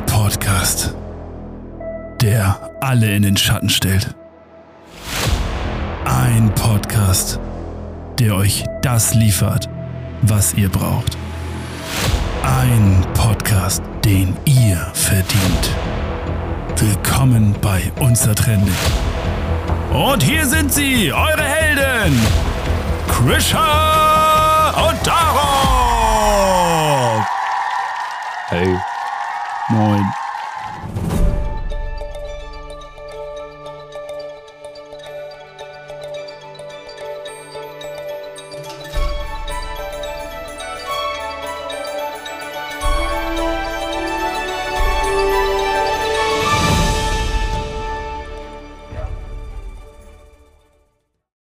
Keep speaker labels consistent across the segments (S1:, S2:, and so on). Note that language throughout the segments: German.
S1: Podcast, der alle in den Schatten stellt. Ein Podcast, der euch das liefert, was ihr braucht. Ein Podcast, den ihr verdient. Willkommen bei Unzertrennlich. Und hier sind sie, eure Helden, Krisha und Daro.
S2: Hey.
S1: Moin.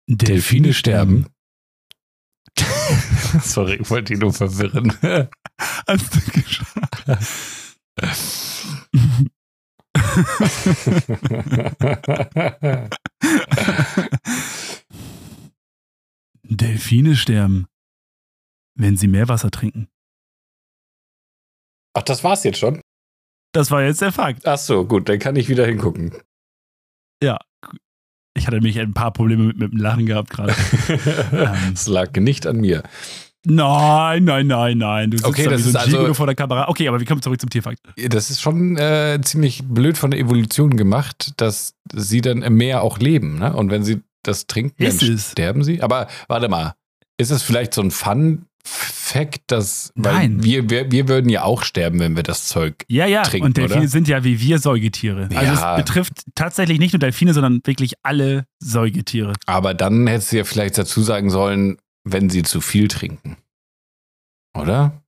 S2: Delfine sterben. Sorry, ich wollte ihn nur verwirren.
S1: Hast du geschafft. Delfine sterben, wenn sie Meerwasser trinken.
S2: Ach, das war's jetzt schon?
S1: Das war jetzt der Fakt.
S2: Ach so, gut, dann kann ich wieder hingucken.
S1: Ich hatte nämlich ein paar Probleme mit, mit dem Lachen gehabt gerade.
S2: Es lag nicht an mir.
S1: Nein, nein, nein, nein. Du sitzt
S2: Okay,
S1: da
S2: das
S1: wie so
S2: ist
S1: ein
S2: also-
S1: Gigolo vor der Kamera. Okay, aber wir kommen zurück zum Tierfakt.
S2: Das ist schon äh, ziemlich blöd von der Evolution gemacht, dass sie dann im Meer auch leben. Ne? Und wenn sie das trinken,
S1: Ist
S2: dann
S1: es.
S2: sterben sie. Aber warte mal, ist es vielleicht so ein Fun-Fact, dass weil
S1: Nein.
S2: Wir, wir, wir würden ja auch sterben, wenn wir das Zeug.
S1: Ja, ja.
S2: Trinken,
S1: und Delfine
S2: oder?
S1: sind ja wie wir Säugetiere. Also
S2: Ja.
S1: es betrifft tatsächlich nicht nur Delfine, sondern wirklich alle Säugetiere.
S2: Aber dann hättest du ja vielleicht dazu sagen sollen, wenn sie zu viel trinken. Oder?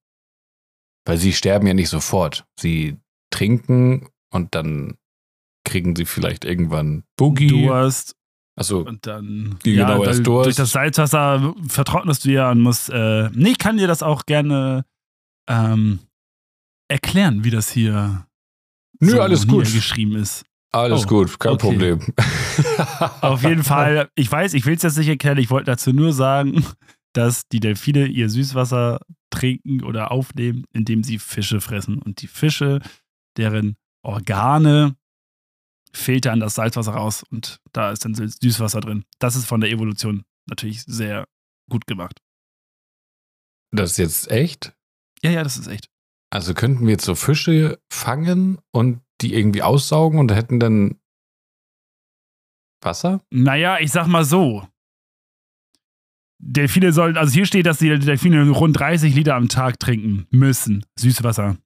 S2: Weil sie sterben ja nicht sofort. Sie trinken und dann kriegen sie vielleicht irgendwann Boogie.
S1: Durst
S2: Achso,
S1: und dann
S2: Die genau
S1: weil
S2: erst Durst.
S1: durch das Salzwasser vertrocknest du ja und musst. Äh, nee, ich kann dir das auch gerne ähm, erklären, wie das hier
S2: Nö,
S1: so
S2: alles gut.
S1: geschrieben ist.
S2: Alles
S1: Oh,
S2: gut, kein
S1: okay.
S2: Problem.
S1: Auf jeden Fall, ich weiß, ich will es jetzt nicht erklären, ich wollte dazu nur sagen, dass die Delfine ihr Süßwasser trinken oder aufnehmen, indem sie Fische fressen. Und die Fische, deren Organe filtern das Salzwasser raus und da ist dann Süßwasser drin. Das ist von der Evolution natürlich sehr gut gemacht.
S2: Das ist jetzt echt?
S1: Ja, ja, das ist echt.
S2: Also könnten wir jetzt so Fische fangen und die irgendwie aussaugen und hätten dann Wasser?
S1: Naja, ich sag mal so. Delfine sollen, also hier steht, dass die Delfine rund 30 Liter am Tag trinken müssen. Süßwasser.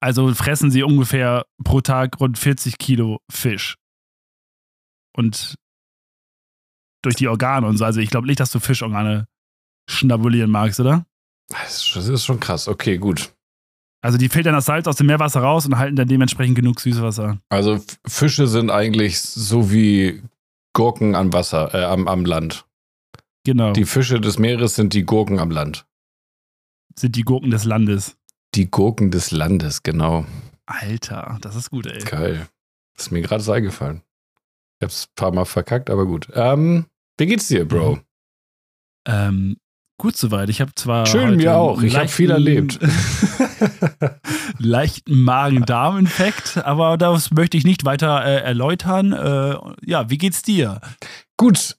S1: Also fressen sie ungefähr pro Tag rund 40 Kilo Fisch. Und durch die Organe und so. Also ich glaube nicht, dass du Fischorgane schnabulieren magst, oder?
S2: Das ist schon- das ist schon krass. Okay, gut.
S1: Also die filtern das Salz aus dem Meerwasser raus und halten dann dementsprechend genug Süßwasser.
S2: Also F- Fische sind eigentlich so wie Gurken am Wasser, äh, am, am Land.
S1: Genau.
S2: Die Fische des Meeres sind die Gurken am Land.
S1: sind die Gurken des Landes.
S2: Die Gurken des Landes, genau.
S1: Alter, das ist gut, ey.
S2: Geil. Ist mir gerade so eingefallen. Ich hab's ein paar Mal verkackt, aber gut. Ähm, wie geht's dir, Bro?
S1: Ähm, gut soweit. Ich habe zwar.
S2: Schön,
S1: heute
S2: mir auch.
S1: einen
S2: Ich habe
S1: leichten-
S2: viel erlebt.
S1: leichten Magen-Darm-Infekt, aber das möchte ich nicht weiter äh, erläutern. Äh, ja, wie geht's dir?
S2: gut,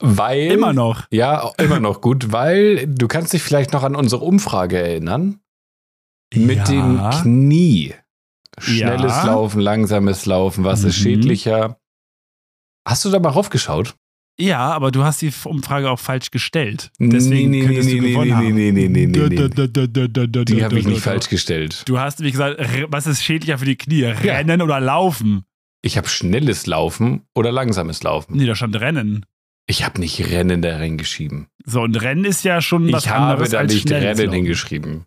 S2: weil.
S1: Immer noch.
S2: Ja, auch immer noch gut, weil du kannst dich vielleicht noch an unsere Umfrage erinnern. Mit
S1: ja.
S2: dem Knie. Schnelles
S1: Ja.
S2: Laufen, langsames Laufen, was ist
S1: Mhm.
S2: schädlicher? Hast du da mal raufgeschaut?
S1: Ja, aber du hast die Umfrage auch falsch gestellt. Deswegen
S2: Nee, nee,
S1: könntest
S2: nee,
S1: du
S2: nee,
S1: gewonnen
S2: nee,
S1: haben.
S2: nee, nee, nee, nee, nee, nee.
S1: Da, da, da, da, da,
S2: Die
S1: da,
S2: habe ich
S1: da,
S2: nicht
S1: da.
S2: falsch gestellt.
S1: Du hast nämlich gesagt, r- was ist schädlicher für die Knie? Rennen oder laufen?
S2: Ich habe schnelles Laufen oder langsames Laufen.
S1: Nee, da stand Rennen.
S2: Ich habe nicht Rennen da reingeschrieben.
S1: So, und Rennen ist ja schon was
S2: Ich habe
S1: anderes
S2: da
S1: als
S2: nicht
S1: schnelles
S2: Rennen
S1: Laufen.
S2: hingeschrieben.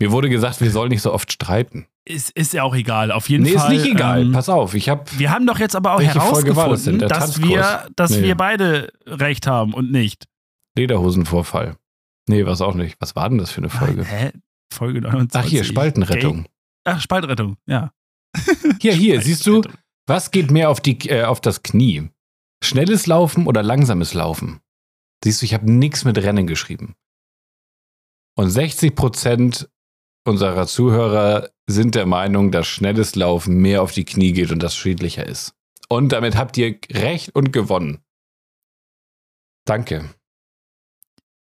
S2: Mir wurde gesagt, wir sollen nicht so oft streiten.
S1: Ist, ist ja auch egal. Auf jeden
S2: Nee,
S1: Fall.
S2: ist nicht egal.
S1: ähm,
S2: Pass auf, ich habe
S1: Wir haben doch jetzt aber auch
S2: Welche Folge war
S1: herausgefunden,
S2: das denn? Der
S1: dass,
S2: Tanzkurs?
S1: wir, dass
S2: Nee.
S1: wir beide recht haben und nicht.
S2: Lederhosenvorfall. Nee, was auch nicht. Was war denn das für eine
S1: Nein,
S2: Folge?
S1: Hä? Folge 29.
S2: Ach hier, Spaltenrettung.
S1: Ach, Spaltrettung, ja.
S2: Hier, hier, siehst du,
S1: Spaltrettung.
S2: was geht mehr auf, die, äh, auf das Knie? Schnelles Laufen oder langsames Laufen? Siehst du, ich habe nichts mit Rennen geschrieben. Und 60 Prozent unserer Zuhörer sind der Meinung, dass schnelles Laufen mehr auf die Knie geht und das schädlicher ist. Und damit habt ihr recht und gewonnen. Danke.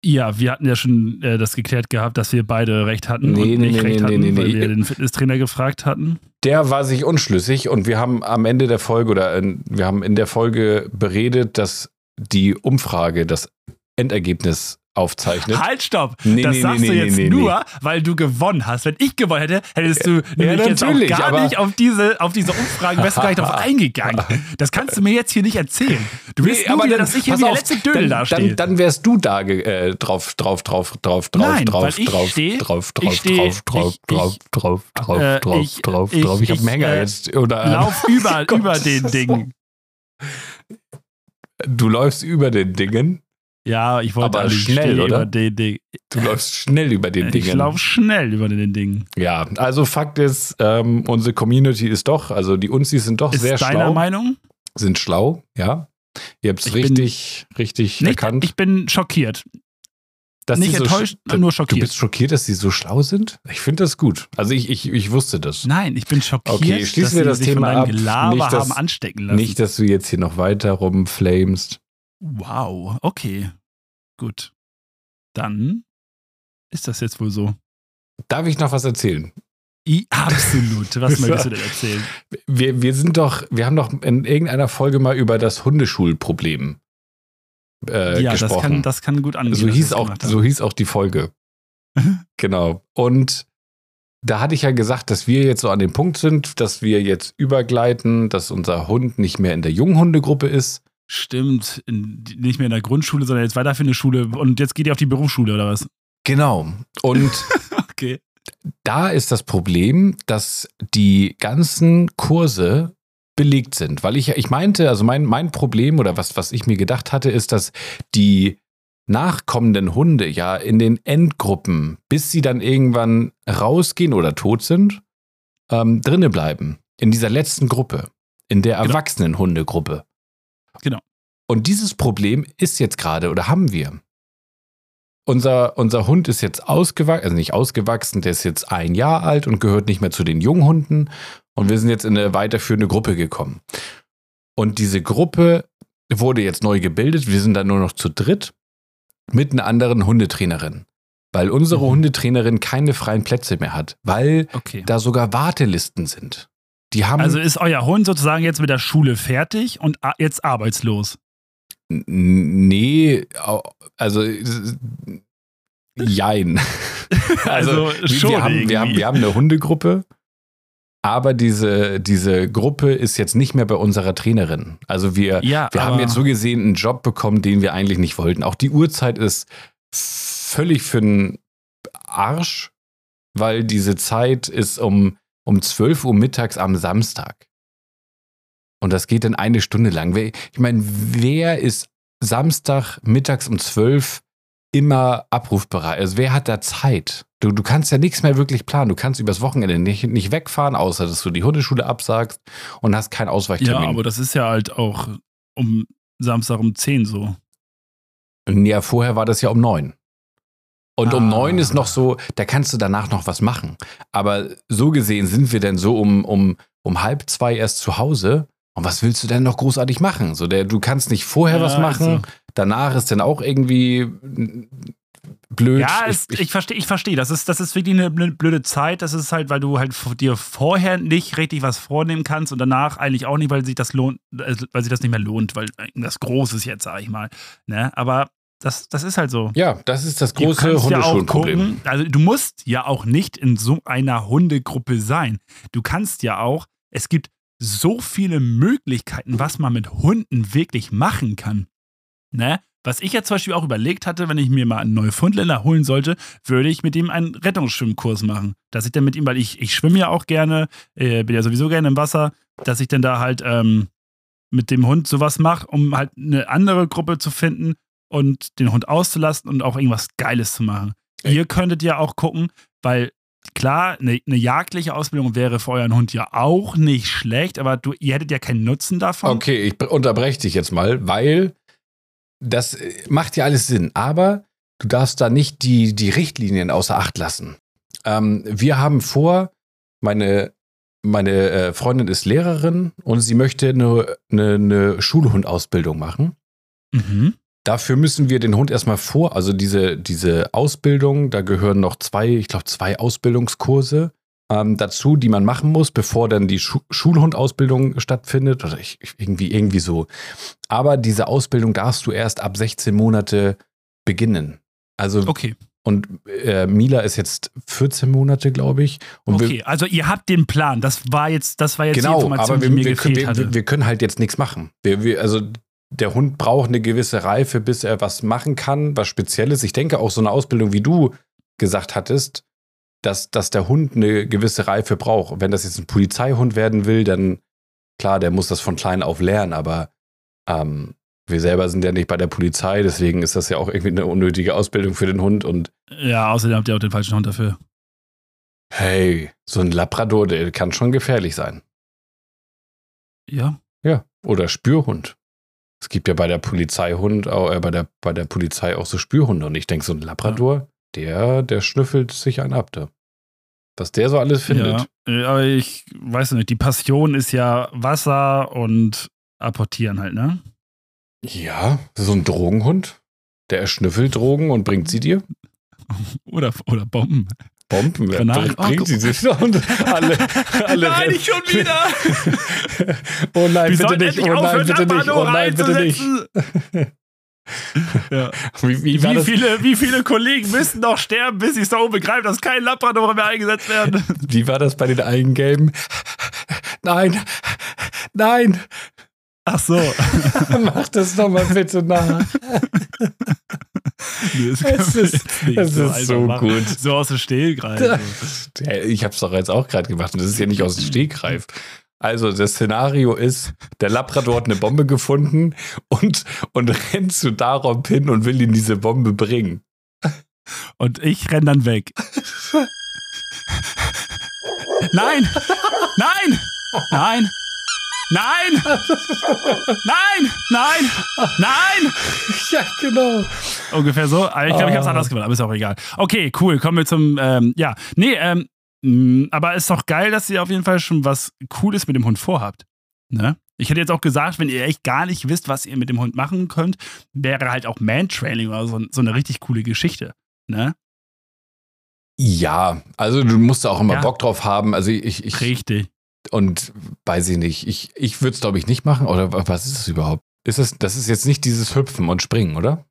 S1: Ja, wir hatten ja schon äh, das geklärt gehabt, dass wir beide recht hatten
S2: Nee,
S1: und
S2: nee,
S1: nicht
S2: nee,
S1: recht
S2: nee,
S1: hatten,
S2: nee,
S1: weil
S2: nee.
S1: wir den Fitnesstrainer gefragt hatten.
S2: Der war sich unschlüssig und wir haben am Ende der Folge oder in, wir haben in der Folge beredet, dass die Umfrage das Endergebnis aufzeichnet.
S1: Halt, stopp!
S2: Nee,
S1: das
S2: nee,
S1: sagst
S2: nee,
S1: du
S2: nee,
S1: jetzt
S2: nee,
S1: nur, weil du gewonnen hast. Wenn ich gewonnen hätte, hättest du nämlich jetzt auch
S2: natürlich,
S1: gar
S2: aber-
S1: nicht auf diese, auf diese Umfragen wärst du gar nicht drauf eingegangen. Das kannst du mir jetzt hier nicht erzählen. Du willst
S2: Nee,
S1: nur wieder,
S2: dann-
S1: dass ich hier
S2: pass
S1: wie der
S2: auf,
S1: letzte Dödel
S2: dann,
S1: dastehe.
S2: dann, dann wärst du da ge- äh, drauf, drauf, drauf, drauf, drauf,
S1: Nein,
S2: drauf,
S1: weil ich
S2: drauf,
S1: steh-
S2: drauf,
S1: ich
S2: drauf,
S1: steh-
S2: drauf, drauf,
S1: ich-
S2: drauf, drauf, drauf,
S1: äh,
S2: drauf,
S1: ich-
S2: drauf,
S1: ich-
S2: drauf. Ich hab
S1: ich,
S2: einen Hänger
S1: äh,
S2: jetzt. Oder
S1: Lauf über,
S2: Oh Gott,
S1: über
S2: das
S1: den
S2: ist
S1: Dingen.
S2: äh, du läufst über den Dingen.
S1: Ja, ich wollte
S2: Aber
S1: eigentlich
S2: schnell,
S1: stehen
S2: oder?
S1: über den Ding. Äh,
S2: Du läufst schnell über den
S1: Ich
S2: Dingen.
S1: laufe schnell über den Dingen.
S2: Ja, also Fakt ist, ähm, unsere Community ist doch, also die Unsis sind doch
S1: Ist
S2: sehr
S1: deiner
S2: schlau.
S1: Meinung?
S2: Sind schlau, ja. Ihr habt's
S1: Ich bin
S2: richtig, richtig
S1: Nicht,
S2: erkannt.
S1: ich bin schockiert.
S2: dass
S1: nicht
S2: die so
S1: enttäuscht,
S2: sch-
S1: nur
S2: Du
S1: schockiert.
S2: bist schockiert, dass sie so schlau sind? Ich finde das gut. Also ich, ich, ich wusste das.
S1: Nein, ich bin schockiert,
S2: Okay,
S1: dass
S2: schließen wir
S1: sie
S2: das
S1: sich
S2: Thema
S1: von deinem
S2: ab.
S1: Gelaber
S2: Nicht, dass-
S1: haben anstecken lassen.
S2: Nicht, dass du jetzt hier noch weiter rumflamest.
S1: Wow, okay. Gut. Dann ist das jetzt wohl so.
S2: Darf ich noch was erzählen?
S1: I, absolut. Was
S2: Ja.
S1: möchtest du denn erzählen?
S2: Wir, wir sind doch, wir haben doch in irgendeiner Folge mal über das Hundeschulproblem äh,
S1: ja, das kann,
S2: gesprochen.
S1: das kann gut angehen.
S2: so
S1: dass
S2: hieß
S1: wir
S2: auch,
S1: gemacht haben.
S2: so hieß auch die Folge. genau. Und da hatte ich ja gesagt, dass wir jetzt so an dem Punkt sind, dass wir jetzt übergleiten, dass unser Hund nicht mehr in der Junghundegruppe ist.
S1: Stimmt. In, nicht mehr in der Grundschule, sondern jetzt weiter für eine Schule. Und jetzt geht ihr auf die Berufsschule oder was?
S2: Genau. Und
S1: Okay.
S2: da ist das Problem, dass die ganzen Kurse belegt sind, weil ich ich meinte, also mein mein Problem oder was was ich mir gedacht hatte, ist, dass die nachkommenden Hunde ja in den Endgruppen, bis sie dann irgendwann rausgehen oder tot sind, ähm, drinne bleiben in dieser letzten Gruppe, in der
S1: Genau.
S2: erwachsenen Hundegruppe.
S1: Genau.
S2: Und dieses Problem ist jetzt gerade oder haben wir unser, unser Hund ist jetzt ausgewachsen, also nicht ausgewachsen, der ist jetzt ein Jahr alt und gehört nicht mehr zu den Junghunden. Und wir sind jetzt in eine weiterführende Gruppe gekommen. Und diese Gruppe wurde jetzt neu gebildet. Wir sind dann nur noch zu dritt mit einer anderen Hundetrainerin. Weil unsere
S1: Mhm.
S2: Hundetrainerin keine freien Plätze mehr hat, weil
S1: Okay.
S2: da sogar Wartelisten sind. Die haben.
S1: Also ist euer Hund sozusagen jetzt mit der Schule fertig und a- jetzt arbeitslos.
S2: N- Nee, au- also s- jein.
S1: Also
S2: wir-
S1: schon
S2: wir haben,
S1: irgendwie.
S2: wir, haben, wir haben eine Hundegruppe, aber diese, diese Gruppe ist jetzt nicht mehr bei unserer Trainerin. Also wir,
S1: Ja,
S2: wir haben
S1: aber-
S2: jetzt so gesehen einen Job bekommen, den wir eigentlich nicht wollten. Auch die Uhrzeit ist völlig für den Arsch, weil diese Zeit ist um, um 12 Uhr mittags am Samstag. Und das geht dann eine Stunde lang. Wer- Ich meine, wer ist Samstag mittags um 12 immer abrufbereit? Also wer hat da Zeit? Du, du kannst ja nichts mehr wirklich planen. Du kannst übers Wochenende nicht, nicht wegfahren, außer dass du die Hundeschule absagst und hast keinen
S1: ja,
S2: Ausweichtermin.
S1: aber das ist ja halt auch um Samstag um 10 so.
S2: Ja, vorher war das ja um neun. Und um
S1: Ah.
S2: neun ist noch so, da kannst du danach noch was machen. Aber so gesehen sind wir denn so um, um, um halb zwei erst zu Hause. Und was willst du denn noch großartig machen? So, der, du kannst nicht vorher
S1: Ja,
S2: was machen.
S1: also-
S2: Danach ist dann auch irgendwie mm, blöd.
S1: Ja, es, ich verstehe, ich verstehe. Das ist, das ist wirklich eine bl- blöde Zeit. Das ist halt, weil du halt v- dir vorher nicht richtig was vornehmen kannst und danach eigentlich auch nicht, weil sich das lohnt, äh, weil sich das nicht mehr lohnt, weil das groß ist jetzt, sag ich mal. Ne? Aber das, das ist halt so.
S2: ja, das ist das
S1: Du
S2: große
S1: kannst ja auch
S2: Hundeschulproblem.
S1: gucken, Also du musst ja auch nicht in so einer Hundegruppe sein. Du kannst ja auch, es gibt so viele Möglichkeiten, was man mit Hunden wirklich machen kann. Ne? Was ich ja zum Beispiel auch überlegt hatte, wenn ich mir mal einen Neufundländer holen sollte, würde ich mit ihm einen Rettungsschwimmkurs machen. Dass ich dann mit ihm, weil ich, ich schwimme ja auch gerne, äh, bin ja sowieso gerne im Wasser, dass ich dann da halt ähm, mit dem Hund sowas mache, um halt eine andere Gruppe zu finden, und den Hund auszulasten und auch irgendwas Geiles zu machen.
S2: Ey.
S1: Ihr könntet ja auch gucken, weil klar, ne, eine eine jagdliche Ausbildung wäre für euren Hund ja auch nicht schlecht, aber du, ihr hättet ja keinen Nutzen davon.
S2: Okay, ich be- unterbreche dich jetzt mal, weil das äh, macht ja alles Sinn, aber du darfst da nicht die, die Richtlinien außer Acht lassen. Ähm, wir haben vor, meine, meine äh, Freundin ist Lehrerin und sie möchte eine, eine, eine Schulhundausbildung machen.
S1: Mhm.
S2: Dafür müssen wir den Hund erstmal vor, also diese, diese Ausbildung, da gehören noch zwei, ich glaube, zwei Ausbildungskurse ähm, dazu, die man machen muss, bevor dann die Schu Schulhundausbildung stattfindet. Oder ich, ich, irgendwie, irgendwie so. Aber diese Ausbildung darfst du erst ab 16 Monate beginnen. Also,
S1: Okay,
S2: und äh, Mila ist jetzt 14 Monate, glaube ich. Und wir-
S1: okay. Also ihr habt den Plan. Das war jetzt, das war jetzt die
S2: genau,
S1: Information,
S2: aber wir,
S1: die mir
S2: wir, können,
S1: gefehlt
S2: wir,
S1: hatte.
S2: wir- wir können halt jetzt nichts machen. Wir, wir, also der Hund braucht eine gewisse Reife, bis er was machen kann, was Spezielles. Ich denke auch so eine Ausbildung, wie du gesagt hattest, dass, dass der Hund eine gewisse Reife braucht. Und Wenn das jetzt ein Polizeihund werden will, dann klar, der muss das von klein auf lernen, aber ähm, wir selber sind ja nicht bei der Polizei, deswegen ist das ja auch irgendwie eine unnötige Ausbildung für den Hund und
S1: ja, außerdem habt ihr auch den falschen Hund dafür.
S2: hey, so ein Labrador, der kann schon gefährlich sein.
S1: Ja.
S2: Ja, oder Spürhund. Es gibt ja bei der Polizei Hund, au- äh, bei der, bei der Polizei auch so Spürhunde. Und ich denke, so ein Labrador, der, der schnüffelt sich einen ab. Da. Was der so alles findet.
S1: Ja. Äh, Aber ich weiß nicht, die Passion ist ja Wasser und apportieren halt, ne?
S2: Ja, so ein Drogenhund. Der erschnüffelt Drogen und bringt sie dir.
S1: Oder, oder Bomben.
S2: Bomben. Ja,
S1: Granaten.
S2: bringt- bringt
S1: Oh,
S2: sie dir. Und alle, alle
S1: Nein, nicht schon wieder!
S2: oh nein,
S1: Wir
S2: bitte
S1: sollten
S2: nicht.
S1: endlich
S2: Oh nein,
S1: aufhören,
S2: bitte nicht.
S1: Labrador
S2: Oh nein, bitte nicht.
S1: einzusetzen. ja.
S2: Wie, wie war
S1: Wie
S2: das?
S1: viele, wie viele Kollegen müssen noch sterben, bis sie es darum begreifen, dass kein Labrador mehr eingesetzt werden?
S2: Wie war das bei den Eigengelben? Nein, nein,
S1: Ach so.
S2: mach das doch mal bitte nach.
S1: Nee, das
S2: Es
S1: können wir
S2: ist-
S1: jetzt nicht
S2: es ist
S1: einfach
S2: so
S1: machen.
S2: gut.
S1: So aus dem Stillgreifen.
S2: Das- Ich habe es doch jetzt auch gerade gemacht und das ist ja nicht aus dem Stegreif. Also das Szenario ist, der Labrador hat eine Bombe gefunden und, und rennt zu Darom hin und will ihn diese Bombe bringen.
S1: Und ich renn dann weg. Nein! Nein! Nein! Nein! Nein! Nein! Nein!
S2: Ja, genau.
S1: Ungefähr so. Aber Ich glaube, ich habe es
S2: Ah.
S1: anders gemacht, aber ist auch egal. Okay, cool. Kommen wir zum. Ähm, ja, nee, ähm, mh, aber ist doch geil, dass ihr auf jeden Fall schon was Cooles mit dem Hund vorhabt. Ne? Ich hätte jetzt auch gesagt, wenn ihr echt gar nicht wisst, was ihr mit dem Hund machen könnt, wäre halt auch Mantrailing oder so, so eine richtig coole Geschichte. Ne?
S2: Ja, also du musst da auch immer
S1: Ja.
S2: Bock drauf haben. Also ich, ich
S1: Richtig.
S2: und weiß ich nicht, ich, ich würde es glaube ich nicht machen oder wa- was ist es überhaupt? Ist das, das ist jetzt nicht dieses Hüpfen und Springen, oder?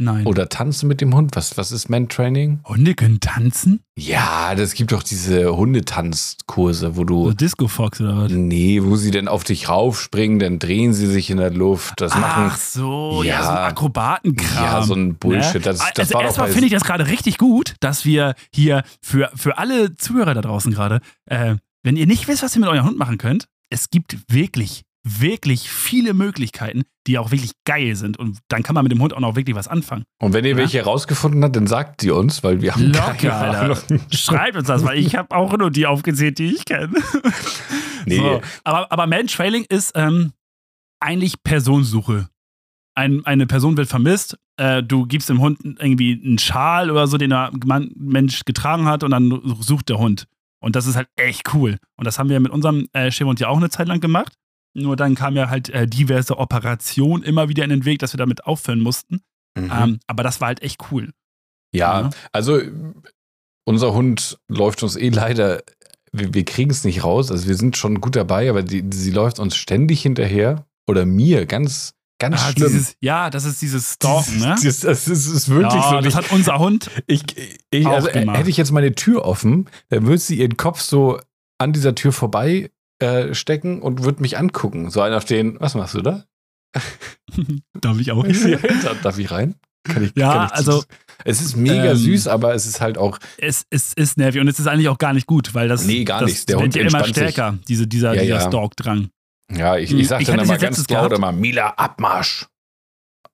S1: Nein.
S2: Oder Tanzen mit dem Hund? Was, was ist Man-Training?
S1: Hunde können tanzen?
S2: Ja, das gibt doch diese Hundetanzkurse, wo du
S1: So Disco Fox oder was?
S2: Nee, wo sie denn auf dich raufspringen, dann drehen sie sich in der Luft. Das
S1: Ach
S2: machen.
S1: so, ja,
S2: Ja.
S1: so ein Akrobatenkram.
S2: Ja, so ein Bullshit. Das,
S1: Ne?
S2: das
S1: also
S2: war doch
S1: erstmal
S2: bei,
S1: finde ich das gerade richtig gut, dass wir hier für, für alle Zuhörer da draußen gerade, äh, wenn ihr nicht wisst, was ihr mit eurem Hund machen könnt, es gibt wirklich, wirklich viele Möglichkeiten, die auch wirklich geil sind. Und dann kann man mit dem Hund auch noch wirklich was anfangen.
S2: Und wenn ihr
S1: Ja.
S2: welche rausgefunden habt, dann sagt sie uns, weil wir haben
S1: Locker,
S2: keine
S1: Alter.
S2: Ahnung.
S1: Schreibt uns das, weil ich habe auch nur die aufgezählt, die ich kenne.
S2: Nee.
S1: So, aber, aber Mantrailing ist ähm, eigentlich Personensuche. Ein, eine Person wird vermisst, äh, du gibst dem Hund irgendwie einen Schal oder so, den der Mann, Mensch getragen hat und dann sucht der Hund. Und das ist halt echt cool. Und das haben wir mit unserem äh, Schäferhund ja auch eine Zeit lang gemacht. Nur dann kam ja halt äh, diverse Operationen immer wieder in den Weg, dass wir damit aufhören mussten.
S2: Mhm.
S1: Ähm, aber das war halt echt cool. Ne?
S2: ja,
S1: ja.
S2: also äh, unser Hund läuft uns eh leider. Wir, wir kriegen es nicht raus. Also wir sind schon gut dabei, aber die, sie läuft uns ständig hinterher. Oder mir, ganz, ganz
S1: Ah,
S2: schlimm.
S1: dieses, ja, das ist dieses Stalken, ne?
S2: Dieses- das, ist, ist wirklich
S1: ja,
S2: so.
S1: das
S2: nicht-
S1: hat unser Hund.
S2: Ich, ich
S1: Auch
S2: also, äh,
S1: gemacht.
S2: hätte ich jetzt meine Tür offen, dann würde sie ihren Kopf so an dieser Tür vorbei äh, stecken und würde mich angucken. So einer stehen, was machst du da?
S1: Darf ich auch?
S2: Ich sehe, da- Darf ich rein? Kann ich,
S1: Ja,
S2: kann ich
S1: also,
S2: es ist mega
S1: ähm,
S2: süß, aber es ist halt auch
S1: es, es ist nervig und es ist eigentlich auch gar nicht gut, weil das,
S2: Nee, gar
S1: das
S2: nicht. Der
S1: wird
S2: Hund
S1: ja immer
S2: entspannt sich.
S1: stärker, diese, dieser,
S2: Ja,
S1: dieser
S2: ja.
S1: Stalk-Drang.
S2: ja, ich,
S1: Hm,
S2: ich sag
S1: ich
S2: dann
S1: hatte
S2: immer
S1: das
S2: ganz
S1: letztens
S2: laut
S1: gehabt.
S2: immer Mila Abmarsch.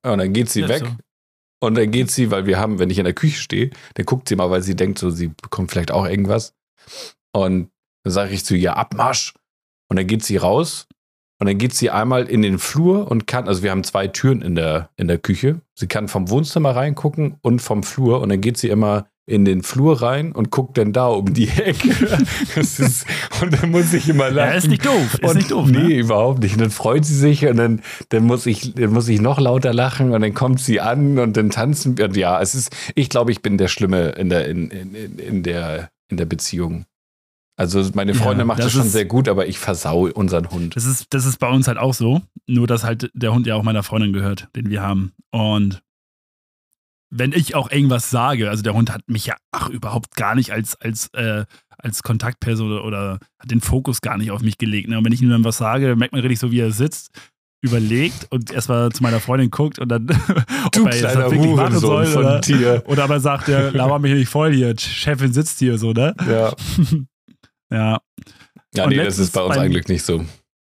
S2: Und dann geht sie
S1: Ja,
S2: weg
S1: so.
S2: und dann geht sie, weil wir haben, wenn ich in der Küche stehe, dann guckt sie mal, weil sie denkt so, sie bekommt vielleicht auch irgendwas. Und dann sage ich zu ihr, Abmarsch. Und dann geht sie raus und dann geht sie einmal in den Flur und kann, also wir haben zwei Türen in der, in der Küche. Sie kann vom Wohnzimmer reingucken und vom Flur und dann geht sie immer in den Flur rein und guckt dann da um die Ecke. Das ist, und dann muss ich immer lachen.
S1: Ja, ist nicht doof. Ist
S2: und
S1: nicht doof.
S2: Nee,
S1: Ne?
S2: überhaupt nicht. Und dann freut sie sich und dann, dann, muss ich, dann muss ich noch lauter lachen und dann kommt sie an und dann tanzen wir. Und ja, es ist, ich glaube, ich bin der Schlimme in der, in, in, in- in der, in der Beziehung. Also meine
S1: Ja,
S2: Freundin macht das,
S1: das
S2: schon
S1: ist-
S2: sehr gut, aber ich versau unseren Hund.
S1: Das ist, das ist bei uns halt auch so. Nur, dass halt der Hund ja auch meiner Freundin gehört, den wir haben. Und wenn ich auch irgendwas sage, also der Hund hat mich ja ach, überhaupt gar nicht als, als, äh, als Kontaktperson oder, oder hat den Fokus gar nicht auf mich gelegt. Ne? Und wenn ich ihm dann was sage, dann merkt man richtig so, wie er sitzt, überlegt und erstmal zu meiner Freundin guckt und dann,
S2: Du
S1: ob er jetzt das
S2: kleiner
S1: wirklich machen
S2: Hurensohn
S1: soll.
S2: von
S1: Oder,
S2: Tier.
S1: oder aber sagt er, laber mich nicht voll hier, Chefin sitzt hier so, ne?
S2: Ja,
S1: Ja,
S2: ja
S1: Und
S2: nee, das
S1: letztens
S2: ist bei uns
S1: beim-
S2: eigentlich nicht so.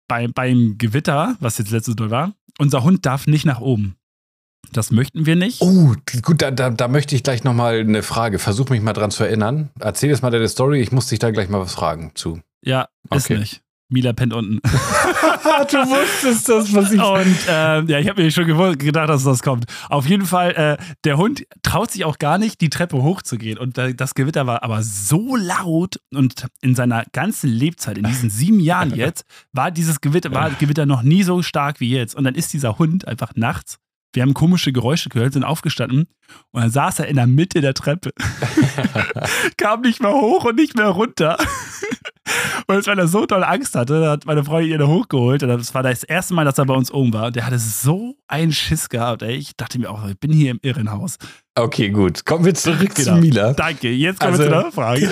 S1: bei, beim Gewitter, was jetzt letztes Mal war, unser Hund darf nicht nach oben. Das möchten wir nicht.
S2: Oh, gut, da, da, da möchte ich gleich nochmal eine Frage. Versuch mich mal dran zu erinnern. Erzähl jetzt mal deine Story. Ich muss dich da gleich mal was fragen zu.
S1: Ja, ist
S2: Okay.
S1: nicht. Mila pennt unten.
S2: du wusstest das, was
S1: Und ähm, ja, ich habe mir schon gewo- gedacht, dass das kommt. Auf jeden Fall, äh, der Hund traut sich auch gar nicht, die Treppe hochzugehen. Und da- das Gewitter war aber so laut und in seiner ganzen Lebzeit, in diesen sieben Jahren jetzt, war dieses Gewitter, war Gewitter noch nie so stark wie jetzt. Und dann ist dieser Hund einfach nachts. Wir haben komische Geräusche gehört, sind aufgestanden und dann saß er in der Mitte der Treppe. Kam nicht mehr hoch und nicht mehr runter. Und jetzt, weil er so doll Angst hatte, da hat meine Freundin ihn da hochgeholt. Und das war das erste Mal, dass er bei uns oben war. Und der hatte so einen Schiss gehabt, ey. Ich dachte mir auch, ich bin hier im Irrenhaus.
S2: Okay, gut. Kommen wir zurück zu
S1: Genau.
S2: Mila.
S1: Danke, jetzt kommen wir
S2: Also-
S1: zu der Frage.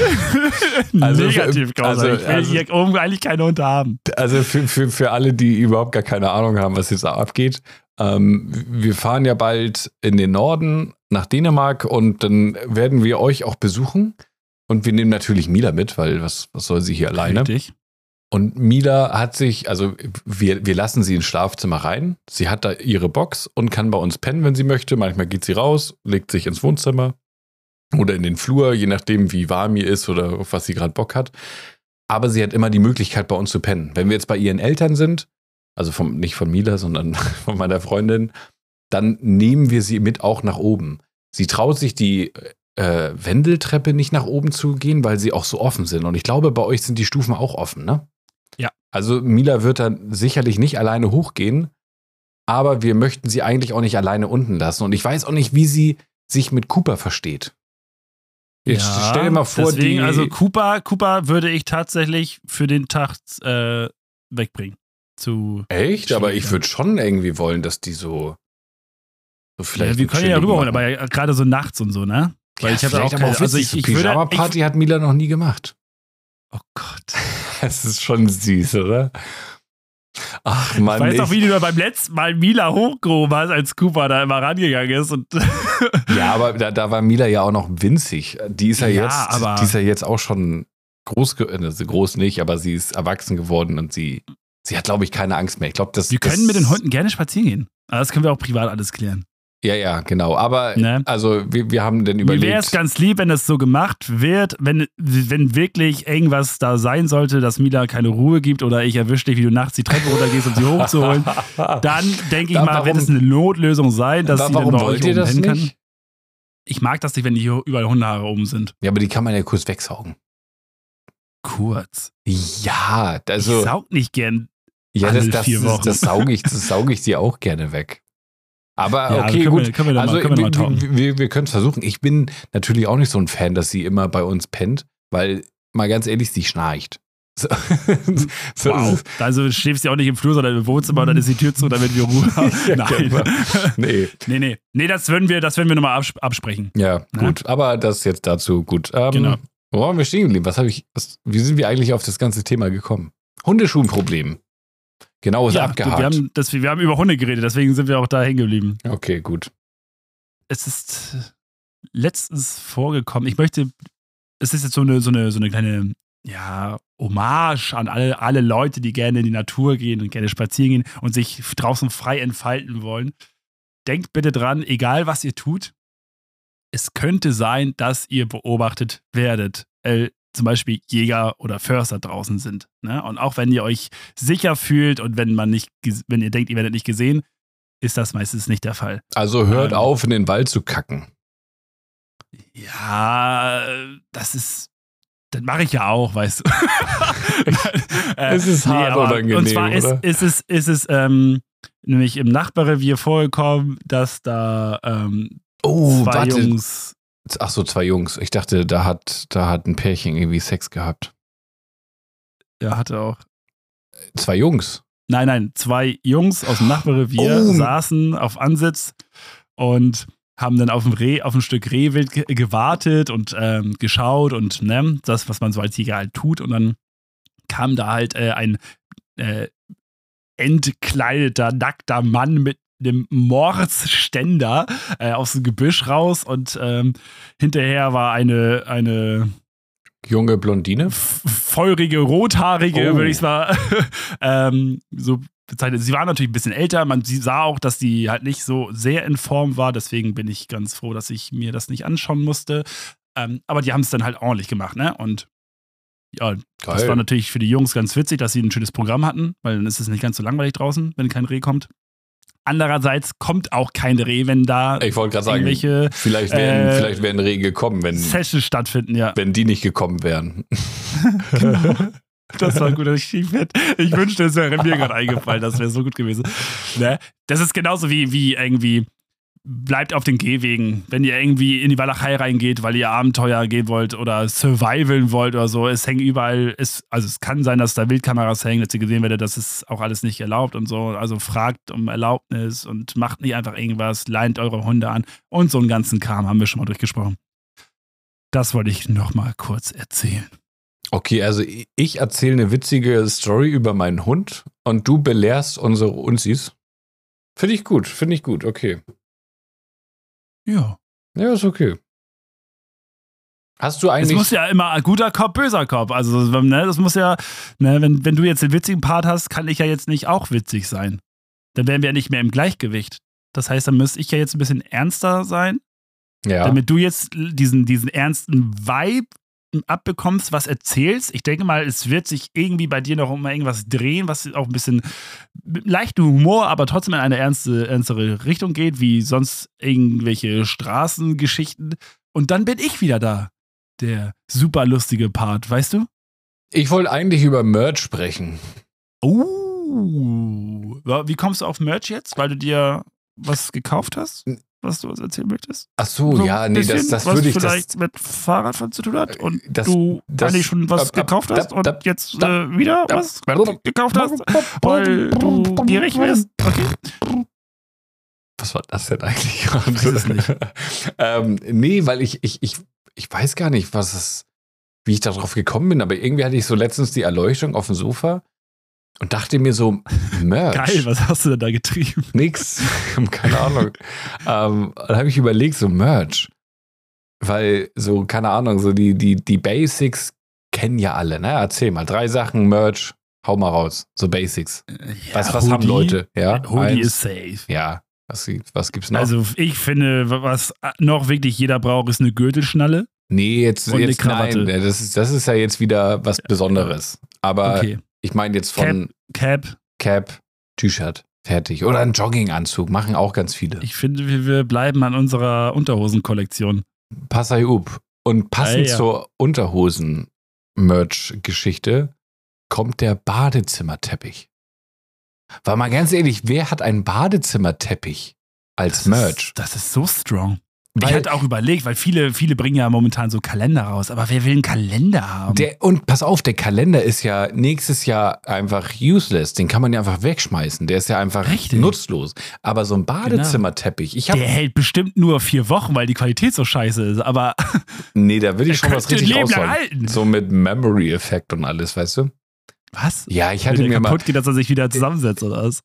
S2: Also-
S1: Negativ, also,
S2: also-
S1: Ich will
S2: also-
S1: hier oben eigentlich keine Hunde haben.
S2: Also für, für, für alle, die überhaupt gar keine Ahnung haben, was jetzt abgeht. Ähm, wir fahren ja bald in den Norden nach Dänemark und dann werden wir euch auch besuchen. Und wir nehmen natürlich Mila mit, weil was, was soll sie hier alleine?
S1: Richtig.
S2: Und Mila hat sich, also wir, wir lassen sie ins Schlafzimmer rein. Sie hat da ihre Box und kann bei uns pennen, wenn sie möchte. Manchmal geht sie raus, legt sich ins Wohnzimmer oder in den Flur, je nachdem, wie warm ihr ist oder auf was sie gerade Bock hat. Aber sie hat immer die Möglichkeit, bei uns zu pennen. Wenn wir jetzt bei ihren Eltern sind, also vom, nicht von Mila, sondern von meiner Freundin, dann nehmen wir sie mit auch nach oben. Sie traut sich die äh, Wendeltreppe nicht nach oben zu gehen, weil sie auch so offen sind. Und ich glaube, bei euch sind die Stufen auch offen, ne?
S1: Ja.
S2: Also Mila wird dann sicherlich nicht alleine hochgehen, aber wir möchten sie eigentlich auch nicht alleine unten lassen. Und ich weiß auch nicht, wie sie sich mit Cooper versteht. Jetzt
S1: Ja,
S2: stell dir mal vor,
S1: deswegen,
S2: die,
S1: also Cooper, Cooper würde ich tatsächlich für den Tag äh, wegbringen. Zu
S2: Echt?
S1: Stimmt,
S2: Aber ich
S1: ja.
S2: würde schon irgendwie wollen, dass die so. so vielleicht
S1: ja, wir
S2: einen
S1: können ja
S2: chilligen
S1: rüberholen,
S2: machen.
S1: aber ja, gerade so nachts und so, ne? Weil ich
S2: ja,
S1: habe da auch
S2: vielleicht aber
S1: keine,
S2: auch
S1: also
S2: witzig,
S1: ich, ich
S2: so
S1: würde, ich,
S2: Pyjama-Party hat Mila noch nie gemacht.
S1: oh Gott.
S2: Es ist schon süß, oder? Ach Mann,
S1: Ich weiß noch, wie du da beim letzten Mal Mila hochgehoben hast, als Cooper da immer rangegangen ist. Und
S2: ja, aber da, da war Mila ja auch noch winzig. Die ist ja,
S1: Ja,
S2: jetzt,
S1: aber-
S2: die ist ja jetzt auch schon groß, ge- also groß nicht, aber sie ist erwachsen geworden und sie, sie hat, glaube ich, keine Angst mehr. Ich glaube, das.
S1: wir
S2: das,
S1: können mit den Hunden gerne spazieren gehen. Aber das können wir auch privat alles klären.
S2: Ja, ja, genau. Aber
S1: Ne?
S2: also, wir, wir haben dann
S1: Mir wäre es
S2: überlegt.
S1: ganz lieb, wenn das so gemacht wird, wenn, wenn wirklich irgendwas da sein sollte, dass Mila keine Ruhe gibt oder ich erwische dich, wie du nachts die Treppe runtergehst, um sie hochzuholen. Dann denke ich
S2: Da-
S1: mal, wird
S2: warum-
S1: es eine Notlösung sein, dass
S2: Wa-
S1: sie dann
S2: warum
S1: bei euch
S2: wollt ihr
S1: oben
S2: das
S1: pennen
S2: nicht?
S1: kann. Ich mag das nicht, wenn hier überall Hundehaare oben sind.
S2: Ja, aber die kann man ja kurz wegsaugen.
S1: Kurz.
S2: Ja,
S1: ich
S2: also
S1: saug nicht gern.
S2: ja, das,
S1: alle
S2: das,
S1: vier
S2: das,
S1: Wochen.
S2: das sauge ich, das sauge ich dir auch gerne weg. Aber
S1: Ja,
S2: Ah, okay,
S1: können
S2: gut.
S1: Wir, können wir da
S2: also
S1: mal, können wir, da mal talken.
S2: wir, wir, wir können es versuchen. Ich bin natürlich auch nicht so ein Fan, dass sie immer bei uns pennt, weil mal ganz ehrlich, sie schnarcht. So, so
S1: Wow. Also schläfst du auch nicht im Flur, sondern im Wohnzimmer und dann ist die Tür zu, damit wir Ruhe haben.
S2: Ja, genau.
S1: Nein.
S2: nee.
S1: nee, nee. Nee, das würden wir, das würden wir nochmal abs absprechen.
S2: Ja,
S1: Ja.
S2: gut. Aber das jetzt dazu gut. Ähm,
S1: Genau.
S2: Wo waren wir stehen geblieben? Was habe ich? Was, wie sind wir eigentlich auf das ganze Thema gekommen? Hundeschuhenproblem. Genau, ist
S1: ja, gut,
S2: abgehakt.
S1: Wir haben, das, wir haben über Hunde geredet, deswegen sind wir auch da hängen geblieben.
S2: okay, gut.
S1: Es ist letztens vorgekommen, ich möchte, es ist jetzt so eine, so eine, so eine kleine, ja, Hommage an alle, alle Leute, die gerne in die Natur gehen und gerne spazieren gehen und sich draußen frei entfalten wollen. Denkt bitte dran, egal was ihr tut, es könnte sein, dass ihr beobachtet werdet. Äh, zum Beispiel Jäger oder Förster draußen sind. Ne? Und auch wenn ihr euch sicher fühlt und wenn man nicht, ges- wenn ihr denkt, ihr werdet nicht gesehen, ist das meistens nicht der Fall.
S2: Also hört
S1: Ähm,
S2: auf, in den Wald zu kacken.
S1: Ja, das ist. Das mache ich ja auch, weißt du. Äh,
S2: Es ist hart
S1: aber-
S2: unangenehm,
S1: Und zwar ist,
S2: oder?
S1: ist es, ist es ähm, nämlich im Nachbarrevier vorgekommen, dass da ähm,
S2: Oh,
S1: zwei
S2: warte.
S1: Jungs.
S2: Ach so, zwei Jungs. Ich dachte, da hat, da hat ein Pärchen irgendwie Sex gehabt.
S1: Ja, hatte auch.
S2: Zwei Jungs.
S1: Nein, nein, zwei Jungs aus dem Nachbarrevier
S2: Oh.
S1: saßen auf Ansitz und haben dann auf dem Reh, auf ein Stück Rehwild ge gewartet und ähm, geschaut und ne, das, was man so als Jäger halt tut. Und dann kam da halt äh, ein äh, entkleideter, nackter Mann mit einem Mordsständer äh, aus dem Gebüsch raus und ähm, hinterher war eine, eine
S2: Junge Blondine?
S1: f- feurige, rothaarige,
S2: Oh.
S1: würde ich es mal ähm, so bezeichnen. Sie war natürlich ein bisschen älter, man sie sah auch, dass sie halt nicht so sehr in Form war, deswegen bin ich ganz froh, dass ich mir das nicht anschauen musste. Ähm, aber die haben es dann halt ordentlich gemacht, ne? Und ja, das war natürlich für die Jungs ganz witzig, dass sie ein schönes Programm hatten, weil dann ist es nicht ganz so langweilig draußen, wenn kein Reh kommt. Andererseits kommt auch kein Reh, wenn da
S2: Ich wollte gerade sagen,
S1: irgendwelche
S2: vielleicht wären,
S1: äh,
S2: vielleicht wären Regen gekommen, wenn,
S1: Sessions stattfinden, ja.
S2: wenn die nicht gekommen wären.
S1: Das war ein guter Schiefett. Ich wünschte, es wäre mir gerade eingefallen. Das wäre so gut gewesen. Ne? Das ist genauso wie, wie irgendwie bleibt auf den Gehwegen. Wenn ihr irgendwie in die Walachei reingeht, weil ihr Abenteuer gehen wollt oder survivalen wollt oder so, es hängen überall, es, also es kann sein, dass da Wildkameras hängen, dass ihr gesehen werdet, das ist auch alles nicht erlaubt und so. Also fragt um Erlaubnis und macht nicht einfach irgendwas, leint eure Hunde an und so einen ganzen Kram haben wir schon mal durchgesprochen. Das wollte ich nochmal kurz erzählen.
S2: Okay, also i- ich erzähle eine witzige Story über meinen Hund und du belehrst unsere Unsis. Finde ich gut, finde ich gut, okay.
S1: Ja.
S2: Ja, ist okay. Hast du
S1: Es
S2: eigentlich.
S1: muss ja immer ein guter Kopf, böser Kopf. Also, ne, das muss ja, ne, wenn, wenn du jetzt den witzigen Part hast, kann ich ja jetzt nicht auch witzig sein. Dann wären wir ja nicht mehr im Gleichgewicht. Das heißt, dann müsste ich ja jetzt ein bisschen ernster sein,
S2: ja,
S1: damit du jetzt diesen, diesen ernsten Vibe abbekommst, was erzählst. Ich denke mal, es wird sich irgendwie bei dir noch um irgendwas drehen, was auch ein bisschen mit leichtem Humor, aber trotzdem in eine ernste, ernstere Richtung geht, wie sonst irgendwelche Straßengeschichten. Und dann bin ich wieder da. Der super lustige Part, weißt du?
S2: ich wollte eigentlich über Merch sprechen.
S1: Oh. Wa- Wie kommst du auf Merch jetzt? Weil du dir was gekauft hast, was du uns erzählen möchtest?
S2: Ach so,
S1: So ein
S2: Oh ja, nee, das,
S1: bisschen,
S2: das
S1: was
S2: würde ich. Das,
S1: vielleicht mit Fahrradfahren zu tun hat und
S2: das-
S1: du
S2: das-
S1: eigentlich schon was
S2: ab, ab,
S1: gekauft hast
S2: da, da,
S1: und jetzt
S2: da,
S1: äh, wieder
S2: da,
S1: was
S2: da,
S1: gekauft hast, weil du gierig wirst. Okay.
S2: Was war das denn eigentlich
S1: weiß es nicht.
S2: ähm, nee, weil ich, ich, ich, ich weiß gar nicht, was es, wie ich darauf gekommen bin, aber irgendwie hatte ich so letztens die Erleuchtung auf dem Sofa und dachte mir so, Merch.
S1: Geil, was hast du denn da getrieben?
S2: Nix. keine Ahnung. ähm, dann habe ich überlegt, so Merch. Weil, so, keine Ahnung, so die, die, die Basics kennen ja alle, ne? Erzähl mal. Drei Sachen, Merch, hau mal raus. So Basics. was was haben Leute? Ja,
S1: Hoodie
S2: eins. Genau.
S1: ist safe.
S2: Ja. Was, gibt- was gibt's noch?
S1: Also ich finde, was äh, noch wirklich jeder braucht, ist eine Gürtelschnalle.
S2: nee, jetzt,
S1: und eine
S2: jetzt nein. äh,
S1: Krawatte.
S2: Das ist, das ist ja jetzt wieder was Besonderes. Aber
S1: Okay.
S2: ich meine jetzt von
S1: Cap.
S2: Cap, T-Shirt, fertig. Oder ein Jogginganzug, machen auch ganz viele.
S1: Ich finde, wir, wir bleiben an unserer Unterhosenkollektion.
S2: Passai up. Und passend
S1: Ah, ja.
S2: zur Unterhosen-Merch-Geschichte kommt der Badezimmerteppich. Weil mal ganz ehrlich, wer hat einen Badezimmerteppich als Merch?
S1: Ist, das ist so strong.
S2: Weil
S1: ich hatte auch überlegt, weil viele, viele bringen ja momentan so Kalender raus. Aber wer will einen Kalender haben?
S2: der, und pass auf, der Kalender ist ja nächstes Jahr einfach useless. Den kann man ja einfach wegschmeißen. Der ist ja einfach
S1: Richtig. Genau.
S2: nutzlos. Aber so ein Badezimmerteppich, ich
S1: der
S2: habe.
S1: hält bestimmt nur vier Wochen, weil die Qualität so scheiße ist. Aber
S2: Nee, da will ich schon was
S1: könnte ein
S2: richtig
S1: Leben lang
S2: rausholen.
S1: halten.
S2: So mit Memory-Effekt und alles, weißt du?
S1: was?
S2: Ja, ich hatte
S1: Wenn
S2: mir
S1: der
S2: mal.
S1: kaputt geht, dass er sich wieder zusammensetzt oder was?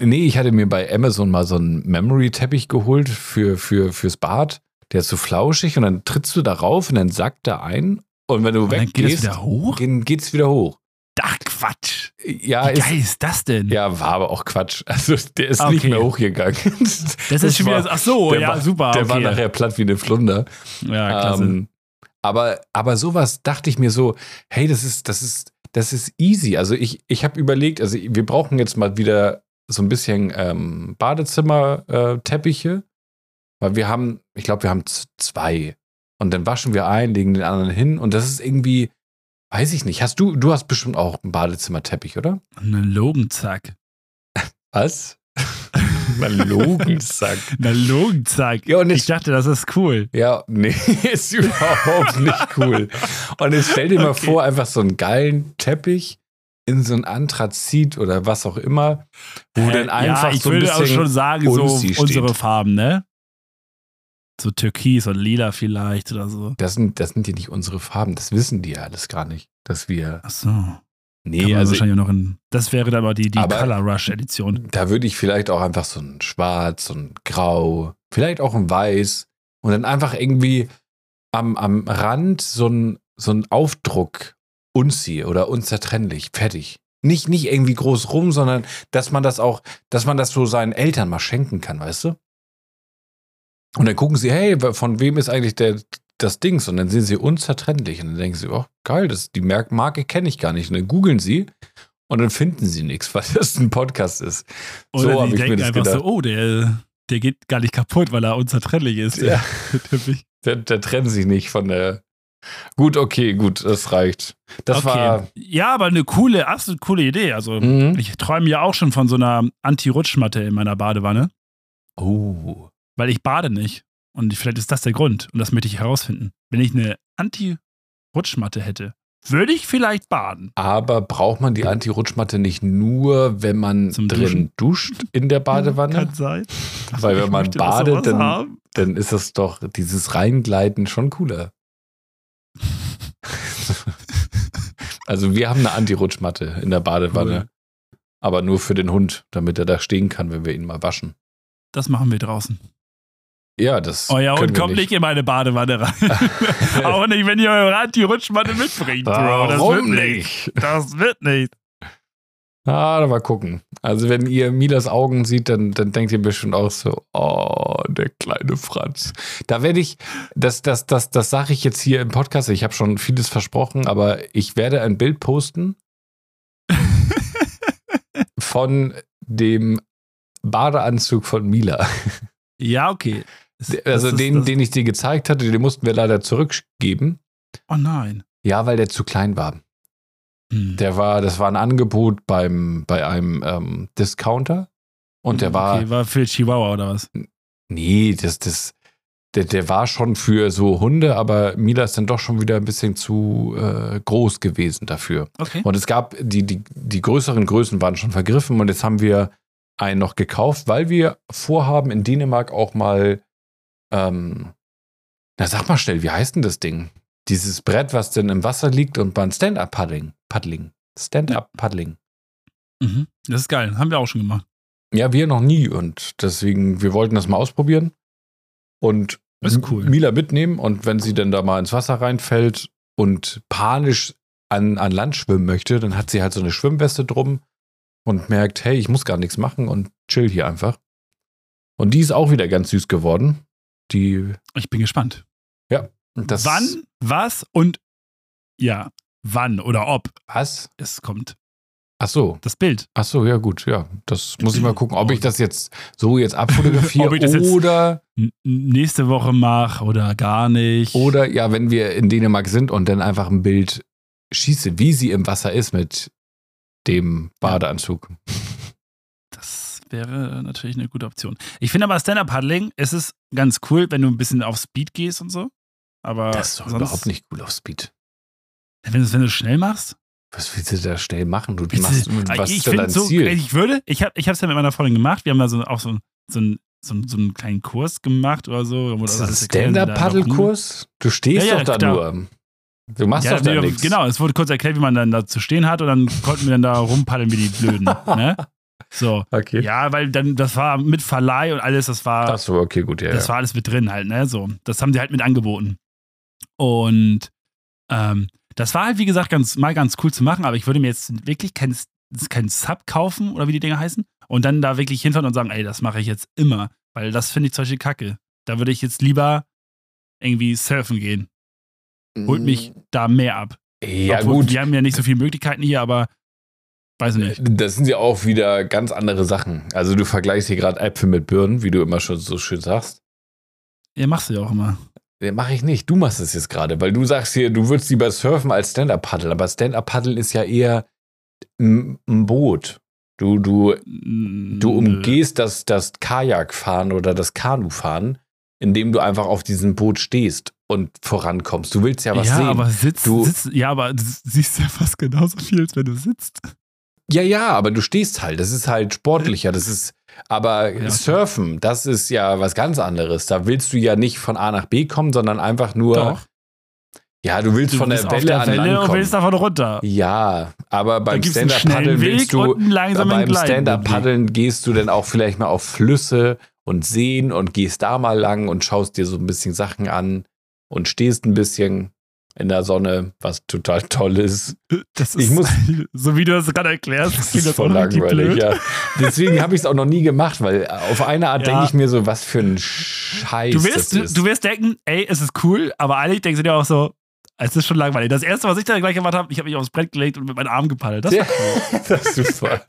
S2: Nee, ich hatte mir bei Amazon mal so einen Memory-Teppich geholt für, für, fürs Bad. Der ist so flauschig und dann trittst du darauf und dann sackt er ein. Und wenn du
S1: Und dann
S2: weggehst,
S1: geht es wieder hoch?
S2: gehen- geht's wieder hoch.
S1: Ach, Quatsch.
S2: Ja,
S1: Wie
S2: Ah, ist,
S1: geil ist das denn?
S2: ja, war aber auch Quatsch. Also der ist
S1: Ah,
S2: nicht
S1: okay.
S2: mehr hochgegangen.
S1: Das, ist schon wieder. so- Ach so,
S2: der
S1: ja,
S2: war-
S1: super.
S2: der
S1: Ah, okay.
S2: war nachher platt wie eine Flunder.
S1: ja, klasse.
S2: Ähm, aber, aber sowas dachte ich mir so, hey, das ist, das ist, das ist easy. Also ich, ich habe überlegt, also wir brauchen jetzt mal wieder so ein bisschen ähm, Badezimmer-Teppiche, weil wir haben, ich glaube, wir haben z- zwei Und dann waschen wir ein, legen den anderen hin. Und das ist irgendwie, weiß ich nicht. Hast du, du hast bestimmt auch einen Badezimmerteppich, oder?
S1: Eine Logenzack.
S2: Was? Logensack.
S1: Eine Logenzack.
S2: Ja, und
S1: Ich
S2: ich,
S1: dachte, das ist cool.
S2: ja, nee, ist überhaupt nicht cool. Und jetzt stell dir mal
S1: Okay.
S2: vor, einfach so einen geilen Teppich in so ein Anthrazit oder was auch immer, wo
S1: Äh,
S2: dann einfach
S1: ja, ich
S2: so ein
S1: würde
S2: bisschen
S1: auch schon sagen, so
S2: Unsi steht.
S1: unsere Farben, ne? So Türkis und Lila vielleicht oder so.
S2: Das sind, das sind ja nicht unsere Farben, das wissen die ja alles gar nicht, dass wir.
S1: Ach so. Kann
S2: Nee,
S1: man
S2: also
S1: wahrscheinlich auch noch in, das wäre dann aber die, die
S2: Aber-
S1: Color Rush Edition.
S2: da würde ich vielleicht auch einfach so ein Schwarz, so ein Grau, vielleicht auch ein Weiß und dann einfach irgendwie am, am Rand so ein, so ein Aufdruck unzie oder unzertrennlich, fertig. Nicht, nicht irgendwie groß rum, sondern dass man das auch, dass man das so seinen Eltern mal schenken kann, weißt du? Und dann gucken sie, hey, von wem ist eigentlich der, das Dings? Und dann sehen sie unzertrennlich. Und dann denken sie, oh, geil, das, die Merk- Marke kenne ich gar nicht. Und dann googeln sie und dann finden sie nichts, weil das ein Podcast ist. So
S1: Oder
S2: hab
S1: die
S2: ich mir
S1: denken
S2: das
S1: einfach
S2: gedacht.
S1: so, oh, der, der geht gar nicht kaputt, weil er unzertrennlich ist.
S2: Ja.
S1: Der, Teppich.
S2: Da, da trennen sie nicht von der. Gut, okay, gut, das reicht. Das
S1: okay.
S2: war.
S1: ja, aber eine coole, absolut coole Idee. Also
S2: Mhm.
S1: ich träume ja auch schon von so einer Anti-Rutschmatte in meiner Badewanne,
S2: Oh.
S1: weil ich bade nicht. Und vielleicht ist das der Grund. Und das möchte ich herausfinden. Wenn ich eine Anti-Rutschmatte hätte, würde ich vielleicht baden.
S2: Aber braucht man die Anti-Rutschmatte nicht nur, wenn man
S1: Zum
S2: drin duscht in der Badewanne?
S1: Kann sein.
S2: Weil wenn
S1: Ich
S2: man
S1: möchte was
S2: badet,
S1: sowas
S2: dann-
S1: haben.
S2: Dann ist das doch dieses Reingleiten schon cooler. also, wir haben eine Anti-Rutschmatte in der Badewanne.
S1: Cool.
S2: Aber nur für den Hund, damit er da stehen kann, wenn wir ihn mal waschen.
S1: Das machen wir draußen.
S2: Ja, das.
S1: Euer
S2: können
S1: Hund
S2: wir
S1: Oh kommt nicht. in meine Badewanne rein. Auch nicht, wenn ihr eure Anti-Rutschmatte mitbringt, Bro. Das wird
S2: Warum
S1: nicht.
S2: nicht?
S1: Das wird nicht.
S2: Ah, mal gucken. Also, wenn ihr Milas Augen sieht, dann, dann denkt ihr bestimmt auch so, oh, der kleine Franz. Da werde ich, das, das, das, das sage ich jetzt hier im Podcast, ich habe schon vieles versprochen, aber ich werde ein Bild posten von dem Badeanzug von Mila.
S1: Ja, okay.
S2: Also
S1: Das ist
S2: den,
S1: das-
S2: den ich dir gezeigt hatte, den mussten wir leider zurückgeben.
S1: Oh nein.
S2: Ja, weil der zu klein war.
S1: Hm.
S2: Der war, das war ein Angebot beim, bei einem ähm, Discounter und der war
S1: Mhm, Okay, war für Chihuahua oder was?
S2: Nee, das, das, der, der war schon für so Hunde, aber Mila ist dann doch schon wieder ein bisschen zu äh, groß gewesen dafür.
S1: Okay.
S2: Und es gab, die, die, die größeren Größen waren schon vergriffen und jetzt haben wir einen noch gekauft, weil wir vorhaben, in Dänemark auch mal, ähm, na sag mal schnell, wie heißt denn das Ding? Dieses Brett, was denn im Wasser liegt und beim Stand-Up-Paddling. Paddling. Stand-Up-Paddling.
S1: Mhm. Das ist geil. Haben wir auch schon gemacht.
S2: Ja, wir noch nie und deswegen, wir wollten das mal ausprobieren und
S1: Ist cool.
S2: Mila mitnehmen und wenn sie dann da mal ins Wasser reinfällt und panisch an, an Land schwimmen möchte, dann hat sie halt so eine Schwimmweste drum und merkt, hey, ich muss gar nichts machen und chill hier einfach. Und die ist auch wieder ganz süß geworden. Die,
S1: Ich bin gespannt.
S2: das,
S1: wann, was und ja, wann oder ob
S2: Was?
S1: es kommt.
S2: Ach so,
S1: Das Bild.
S2: ach so, ja gut, ja. Das muss ich mal gucken, ob ich das jetzt so jetzt abfotografiere
S1: Ob ich das jetzt-
S2: oder...
S1: N nächste Woche mach oder gar nicht.
S2: Oder ja, wenn wir in Dänemark sind und dann einfach ein Bild schieße, wie sie im Wasser ist mit dem Badeanzug.
S1: Das wäre natürlich eine gute Option. Ich finde aber Stand-Up-Paddling, es ist ganz cool, wenn du ein bisschen auf Speed gehst und so. Aber
S2: Das ist doch
S1: sonst-
S2: überhaupt nicht cool auf Speed.
S1: Wenn du wenn du schnell machst,
S2: Was willst du da schnell machen? Du
S1: Bitte.
S2: machst, was
S1: ich
S2: ist denn
S1: finde
S2: dein
S1: so,
S2: Ziel?
S1: ich würde, ich habe ich hab's ja mit meiner Freundin gemacht, wir haben da so, auch so, so, ein, so, ein- so einen kleinen Kurs gemacht oder so. wo das
S2: Ist das ein
S1: alles erklärt wird, da noch
S2: Stand-Up-Paddelkurs? Du stehst
S1: Ja, ja,
S2: doch da
S1: klar.
S2: nur. Du
S1: rum-
S2: machst
S1: Ja,
S2: doch da
S1: nee,
S2: nichts.
S1: genau, es wurde kurz erklärt, wie man dann da zu stehen hat und dann konnten wir dann da rumpaddeln wie die Blöden. ne? So.
S2: Okay.
S1: Ja, weil dann, das war mit Verleih und alles, das war,
S2: Ach so, okay, gut, ja.
S1: das
S2: ja.
S1: war alles mit drin halt, ne? So. Das haben die halt mit angeboten. Und ähm, das war halt, wie gesagt, ganz, mal ganz cool zu machen, aber ich würde mir jetzt wirklich keinen kein Sub kaufen oder wie die Dinger heißen und dann da wirklich hinfahren und sagen, ey, das mache ich jetzt immer, weil das finde ich zum Beispiel kacke. Da würde ich jetzt lieber irgendwie surfen gehen. Holt mich da mehr ab.
S2: Mm. Ja,
S1: Obwohl,
S2: gut. Äh,
S1: Wir haben ja nicht so viele Möglichkeiten hier, aber weiß ich nicht.
S2: Das sind ja auch wieder ganz andere Sachen. Also du vergleichst hier gerade Äpfel mit Birnen, wie du immer schon so schön sagst.
S1: Ihr macht es ja auch immer.
S2: Nee, mache ich nicht. Du machst es jetzt gerade, weil du sagst hier, du würdest lieber surfen als Stand-up paddeln. Aber Stand-up paddeln ist ja eher ein ein Boot. Du, du, du umgehst das, das Kajakfahren oder das Kanufahren, indem du einfach auf diesem Boot stehst und vorankommst. Du willst ja was
S1: ja,
S2: sehen.
S1: aber sitzt,
S2: Du-
S1: sitzt, ja, aber du siehst ja fast genauso viel, als wenn du sitzt.
S2: Ja, ja, aber du stehst halt. Das ist halt sportlicher. Das ist, aber
S1: Ja.
S2: Surfen, das ist ja was ganz anderes. Da willst du ja nicht von A nach B kommen, sondern einfach nur. Ja, du willst
S1: Du
S2: von der
S1: bist
S2: Welle
S1: auf der
S2: an
S1: Welle
S2: Land
S1: und
S2: kommen.
S1: willst davon runter.
S2: ja, aber
S1: Da
S2: beim
S1: gibt's einen
S2: Stand-Up-Paddeln
S1: schnellen
S2: willst
S1: Weg
S2: du. äh,
S1: und einen langsamen
S2: Beim Stand-Up-Paddeln gehst du dann auch vielleicht mal auf Flüsse und Seen und gehst da mal lang und schaust dir so ein bisschen Sachen an und stehst ein bisschen in der Sonne, was total toll ist.
S1: Das ist,
S2: Ich muss-
S1: so wie du das gerade erklärst,
S2: Das
S1: klingt
S2: ist voll
S1: auch richtig
S2: langweilig,
S1: blöd.
S2: ja. Deswegen habe ich es auch noch nie gemacht, weil äh, auf eine Art
S1: Ja.
S2: denke ich mir so, was für ein Scheiß
S1: Du wirst,
S2: das ist.
S1: du wirst denken, ey, es ist cool, aber eigentlich denkst du dir auch so, es ist schon langweilig. Das erste, was ich da gleich gemacht habe, ich habe mich aufs Brett gelegt und mit meinen Armen gepaddelt. Das
S2: ja, das ist super.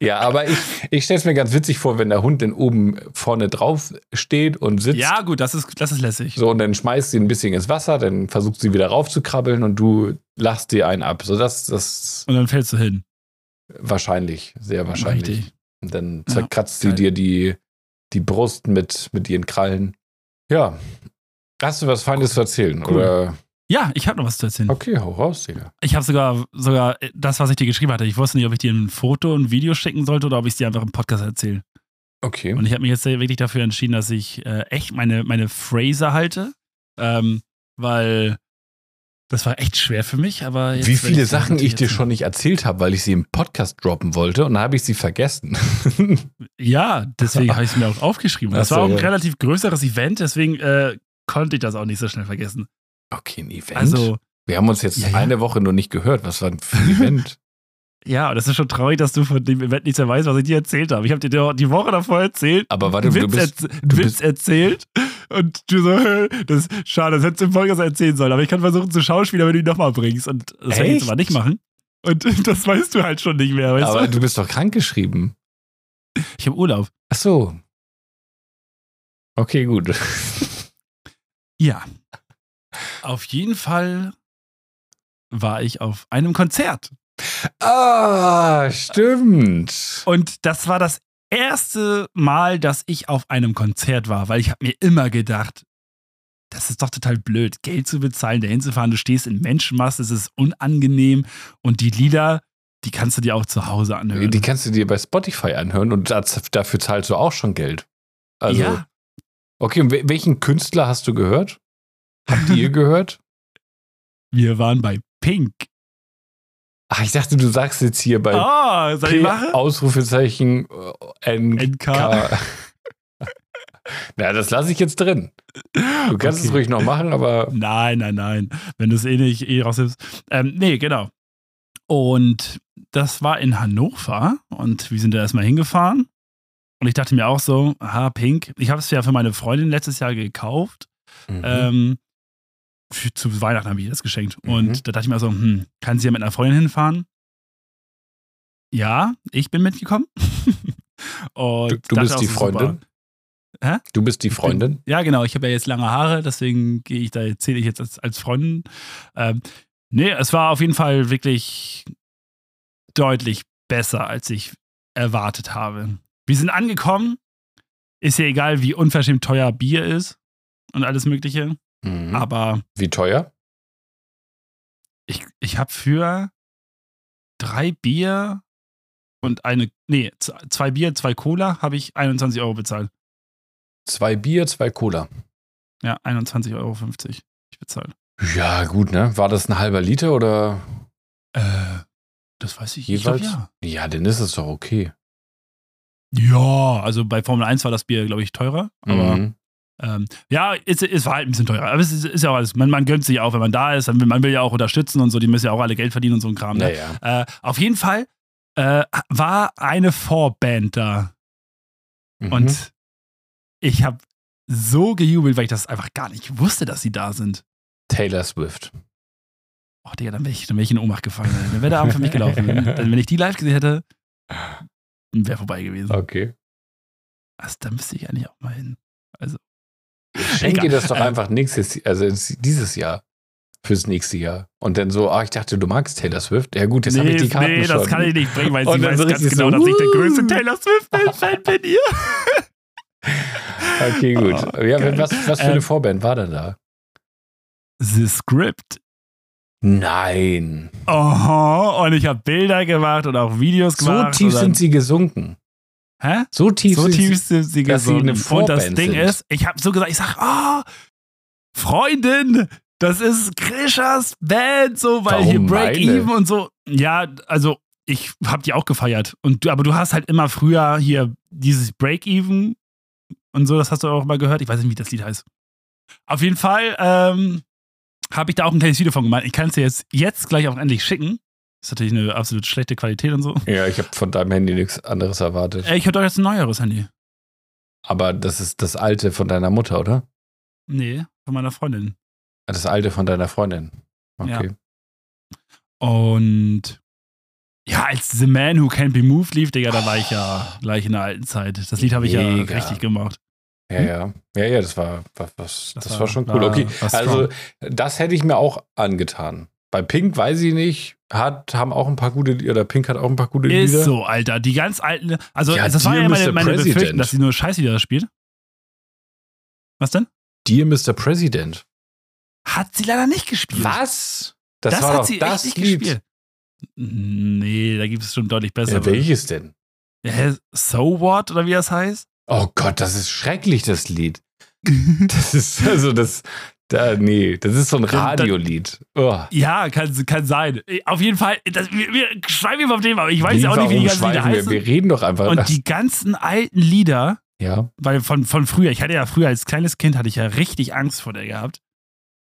S2: Ja, aber ich, ich stelle es mir ganz witzig vor, wenn der Hund dann oben vorne drauf steht und sitzt.
S1: Ja, gut, das ist, das ist lässig.
S2: So, und dann schmeißt sie ein bisschen ins Wasser, dann versucht sie wieder raufzukrabbeln und du lachst dir einen ab. So, das, das
S1: Und dann fällst du hin.
S2: wahrscheinlich, sehr wahrscheinlich.
S1: Richtig.
S2: Und dann
S1: Ja,
S2: zerkratzt sie
S1: geil.
S2: dir die, die Brust mit, mit ihren Krallen. Ja. Hast du was Feines zu erzählen?
S1: Cool.
S2: Oder
S1: Ja, ich habe noch was zu erzählen.
S2: okay, hau raus, Digga.
S1: Ich habe sogar, sogar äh, das, was ich dir geschrieben hatte. Ich wusste nicht, ob ich dir ein Foto, ein Video schicken sollte oder ob ich es dir einfach im Podcast erzähle.
S2: Okay.
S1: Und ich habe mich jetzt wirklich dafür entschieden, dass ich äh, echt meine, meine Phrase halte, ähm, weil das war echt schwer für mich. Aber jetzt
S2: Wie
S1: werd
S2: viele
S1: ich's
S2: Sachen
S1: natürlich
S2: ich dir
S1: jetzt-
S2: schon nicht erzählt habe, weil ich sie im Podcast droppen wollte und dann habe ich sie vergessen.
S1: Ja, deswegen habe ich es mir auch aufgeschrieben. Das
S2: Ach so,
S1: war auch ein
S2: ja.
S1: relativ größeres Event, deswegen äh, konnte ich das auch nicht so schnell vergessen.
S2: Okay, ein Event.
S1: Also,
S2: Wir haben uns jetzt
S1: Ja, ja.
S2: eine Woche nur nicht gehört. Was war denn für ein Event?
S1: ja, das ist schon traurig, dass du von dem Event nichts mehr weißt, was ich dir erzählt habe. Ich habe dir die- die Woche davor erzählt,
S2: Aber warte,
S1: Witz,
S2: du
S1: erz
S2: bist.
S1: Witz
S2: bist-
S1: erzählt und du so, "Hä, das schade, das hättest du im Podcast erzählen sollen, aber ich kann versuchen zu Schauspieler, wenn du ihn nochmal bringst. Und das werde ich jetzt
S2: Echt?
S1: aber nicht machen. Und das weißt du halt schon nicht mehr, weißt
S2: Aber
S1: du?
S2: du bist doch krankgeschrieben.
S1: Ich habe Urlaub.
S2: Ach so. Okay, gut.
S1: Ja. Auf jeden Fall war ich auf einem Konzert.
S2: Ah, stimmt.
S1: Und das war das erste Mal, dass ich auf einem Konzert war, weil ich habe mir immer gedacht, das ist doch total blöd, Geld zu bezahlen, dahin zu fahren, du stehst in Menschenmassen, es ist unangenehm und die Lieder, die kannst du dir auch zu Hause anhören.
S2: Die kannst du dir bei Spotify anhören und das, dafür zahlst du auch schon Geld. Also,
S1: ja,
S2: okay, und wel- welchen Künstler hast du gehört? Habt ihr gehört?
S1: wir waren bei Pink.
S2: Ach, ich dachte, du sagst jetzt hier bei
S1: Oh, soll ich
S2: P-
S1: machen?
S2: Ausrufezeichen äh, NK.
S1: NK.
S2: Na, das lasse ich jetzt drin. Du kannst es
S1: Okay.
S2: ruhig noch machen, aber
S1: Nein, nein, nein. Wenn du es eh nicht eh rausnimmst. Ähm, nee, genau. Und das war in Hannover und wir sind da erstmal hingefahren. Und ich dachte mir auch so, aha, pink. Ich habe es ja für meine Freundin letztes Jahr gekauft.
S2: Mhm.
S1: Ähm, für, zu Weihnachten habe ich ihr das geschenkt.
S2: Mhm.
S1: Und da dachte ich mir so, hm, kann sie ja mit einer Freundin hinfahren? Ja, ich bin mitgekommen. Und
S2: du, du
S1: dachte
S2: bist
S1: auch
S2: die
S1: so,
S2: Freundin.
S1: Hä?
S2: Du bist die
S1: Ich bin-
S2: Freundin.
S1: ja, genau. Ich habe ja jetzt lange Haare, deswegen gehe ich da, zähle ich jetzt als, als Freundin. Ähm, nee, es war auf jeden Fall wirklich deutlich besser, als ich erwartet habe. Wir sind angekommen. Ist ja egal, wie unverschämt teuer Bier ist und alles Mögliche.
S2: Mhm.
S1: Aber
S2: Wie teuer?
S1: ich, ich habe für drei Bier und eine, nee, z- zwei Bier, zwei Cola, habe ich 21 Euro bezahlt.
S2: Zwei Bier, zwei Cola.
S1: Ja, 21,50 Euro ich bezahlt.
S2: Ja, gut, ne? War das ein halber Liter oder?
S1: Äh, das weiß ich
S2: Jeweils?
S1: Ich glaub,
S2: Ja, dann ist es doch okay.
S1: ja. ja, also bei Formel 1 war das Bier, glaube ich, teurer. Aber
S2: Mhm.
S1: ähm, ja, es, es war halt ein bisschen teurer. Aber es ist, ist ja auch alles. Man, man gönnt sich auch, wenn man da ist. Dann will, man will ja auch unterstützen und so. Die müssen ja auch alle Geld verdienen und so ein Kram. Ne?
S2: Naja.
S1: Äh, auf jeden Fall äh, war eine Vorband da.
S2: Mhm.
S1: Und ich habe so gejubelt, weil ich das einfach gar nicht wusste, dass sie da sind.
S2: Taylor Swift.
S1: Oh, Digga, dann wäre ich, dann wär ich in Ohnmacht gefallen. Alter. Dann wäre der Abend für mich gelaufen. dann, wenn ich die live gesehen hätte, wäre vorbei gewesen.
S2: Okay.
S1: Also, da müsste ich eigentlich auch mal hin. Also,
S2: Schenk
S1: Egal.
S2: dir das doch
S1: Ähm,
S2: einfach nächstes, also ins- dieses Jahr. Fürs nächste Jahr. Und dann so, ah, ich dachte, du magst Taylor Swift. Ja gut, jetzt habe ich die Karten
S1: nee,
S2: schon.
S1: das kann ich nicht bringen, weil
S2: Und
S1: sie
S2: dann
S1: weiß
S2: so
S1: ganz
S2: richtig
S1: genau,
S2: so,
S1: dass ich der
S2: "Wuhu!"
S1: größte Taylor Swift-Fan bin ihr.
S2: Okay, gut.
S1: Oh,
S2: ja,
S1: geil.
S2: was, was für
S1: Ähm,
S2: eine Vorband war denn da?
S1: The Script.
S2: Nein.
S1: Oh, und ich habe Bilder gemacht und auch Videos
S2: So
S1: gemacht.
S2: tief
S1: und dann,
S2: sind sie gesunken.
S1: Hä?
S2: So tief
S1: so
S2: sind
S1: tief
S2: sie.
S1: sind sie
S2: dass sie
S1: gesunken.
S2: eine
S1: Und
S2: Vorband
S1: das Ding
S2: sind.
S1: ist, ich habe so gesagt, ich sag, ah, Freundin, das ist Krishas Band, so, weil
S2: Warum
S1: hier Break
S2: meine?
S1: Even und so. Ja, also ich habe die auch gefeiert. Und du, aber du hast halt immer früher hier dieses Break Even und so, das hast du auch mal gehört. Ich weiß nicht, wie das Lied heißt. Auf jeden Fall ähm, habe ich da auch ein kleines Video von gemacht. Ich kann es dir jetzt, jetzt gleich auch endlich schicken. Ist natürlich eine absolut schlechte Qualität und so.
S2: Ja, ich habe von deinem Handy nichts anderes erwartet.
S1: Äh, Ich hätte euch jetzt ein neueres Handy.
S2: Aber das ist das alte von deiner Mutter, oder?
S1: Nee, von meiner Freundin.
S2: Das alte von deiner Freundin.
S1: Ja.
S2: Okay.
S1: Und ja, als The Man Who Can't Be Moved lief, Digga, da war ich ja gleich in der alten Zeit. Das Lied habe ich ja
S2: Mega.
S1: richtig gemacht.
S2: Ja, ja. Ja, ja, das war, war was, das, war, schon cool.
S1: Hm? war-
S2: okay.
S1: war strong.
S2: Also, das hätte ich mir auch angetan. Bei Pink weiß ich nicht, hat, haben auch ein paar gute Lieder, oder Pink hat auch ein paar gute Lieder.
S1: ist so, Alter. Die ganz alten. Also,
S2: Ja,
S1: das war
S2: Dear
S1: ja meine,
S2: Mr.
S1: meine Befürchtung,
S2: President.
S1: dass sie nur Scheißlieder spielt. Was denn?
S2: Dear Mr. President.
S1: Hat sie leider nicht gespielt.
S2: Was? Das, war
S1: hat
S2: doch
S1: sie
S2: das
S1: echt nicht
S2: Lied.
S1: gespielt. Also Nee, da gibt es schon deutlich bessere.
S2: Ja, welches denn?
S1: Hä, so what oder wie das heißt?
S2: Oh Gott, das ist schrecklich, das Lied. Das ist, also das, da, nee, das ist so ein
S1: da-
S2: Radiolied. Oh.
S1: Ja, kann, kann sein. Auf jeden Fall, das, wir, wir schreiben wir vom Thema, aber ich weiß ja auch nicht, wie die ganzen
S2: Warum
S1: Lieder
S2: schweifen
S1: heißen.
S2: wir? Wir reden doch einfach.
S1: Und die ganzen alten Lieder,
S2: ja.
S1: weil von, von früher, ich hatte ja früher als kleines Kind, hatte ich ja richtig Angst vor der gehabt.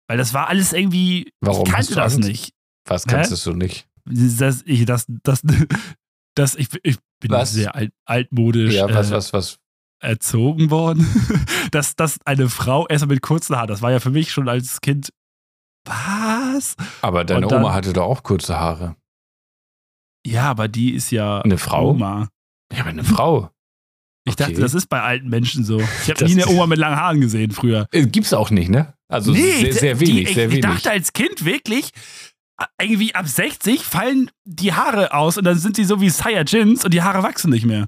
S1: Weil das war alles irgendwie,
S2: Warum
S1: ich
S2: hast
S1: kannte
S2: du
S1: das
S2: Angst?
S1: nicht.
S2: Was
S1: Hä?
S2: kannst du nicht?
S1: Das, ich, das, das, das, ich, ich bin
S2: Was?
S1: sehr alt, altmodisch
S2: Ja, was,
S1: äh,
S2: was, was?
S1: erzogen worden. dass, dass eine Frau erstmal mit kurzen Haaren, das war ja für mich schon als Kind, was?
S2: Aber deine
S1: und dann-
S2: Oma hatte doch auch kurze Haare.
S1: Ja, aber die ist ja
S2: Eine Frau?
S1: Oma.
S2: Ja, aber eine Frau.
S1: Ich dachte,
S2: Okay.
S1: das ist bei alten Menschen so. Ich habe
S2: Das-
S1: nie eine Oma mit langen Haaren gesehen früher.
S2: Äh, Gibt's auch nicht, ne? Also sehr, sehr
S1: die-
S2: wenig,
S1: ich,
S2: sehr
S1: ich
S2: wenig.
S1: dachte als Kind wirklich, irgendwie ab 60 fallen die Haare aus und dann sind sie so wie Saiyajins und die Haare wachsen nicht mehr.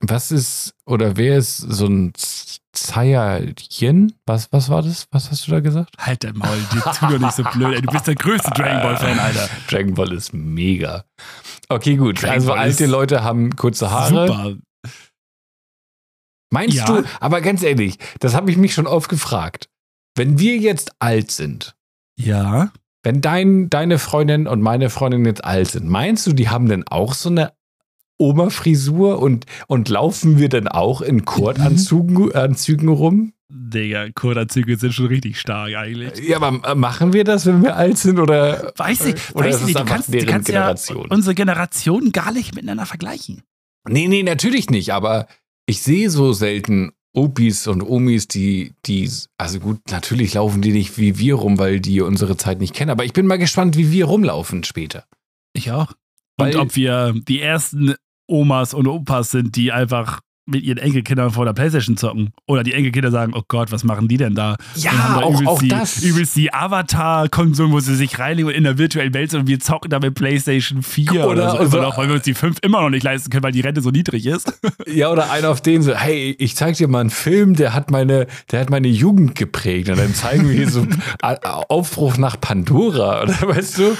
S2: was ist oder wer ist so ein Z- Zaiyajin? Was, was war das? Was hast du da gesagt?
S1: Halt dein Maul, dir tu doch nicht so blöd. Ey. Du bist der größte Dragon Ball Fan, Alter.
S2: Dragon Ball ist mega. Okay, gut.
S1: Dragon
S2: also
S1: Ball
S2: alte
S1: ist
S2: Leute haben kurze Haare.
S1: Super.
S2: Meinst
S1: Ja.
S2: du, aber ganz ehrlich, das habe ich mich schon oft gefragt. Wenn wir jetzt alt sind,
S1: Ja.
S2: wenn dein, deine Freundin und meine Freundin jetzt alt sind, meinst du, die haben denn auch so eine Oma-Frisur und, und laufen wir denn auch in Kurtanzügen
S1: Mhm.
S2: Anzügen rum?
S1: Digga, Kurtanzüge sind schon richtig stark eigentlich.
S2: Ja, aber machen wir das, wenn wir alt sind oder?
S1: Weiß ich,
S2: Oder
S1: weiß ich
S2: ist es
S1: nicht, du
S2: einfach
S1: kannst, du
S2: deren
S1: kannst ja
S2: Generation?
S1: unsere Generationen gar nicht miteinander vergleichen.
S2: Nee, nee, natürlich nicht, aber ich sehe so selten Opis und Omis, die, die, also gut, natürlich laufen die nicht wie wir rum, weil die unsere Zeit nicht kennen, aber ich bin mal gespannt, wie wir rumlaufen später.
S1: Ich auch.
S2: Weil-
S1: und ob wir die ersten Omas und Opas sind, die einfach mit ihren Enkelkindern vor der Playstation zocken. Oder die Enkelkinder sagen, oh Gott, was machen die denn da? Und haben da übelst die, Übelst die Avatar-Konsum, wo sie sich reinlegen und in der virtuellen Welt sind und wir zocken da mit Playstation 4 oder,
S2: Oder-
S1: so.
S2: oder-
S1: immer noch, weil wir uns die 5 immer noch nicht leisten können, weil die Rente so niedrig ist.
S2: Ja, oder einer auf den so, hey, ich zeig dir mal einen Film, der hat meine, der hat meine Jugend geprägt. Und dann zeigen wir hier so A- A- Aufbruch nach Pandora, oder weißt du?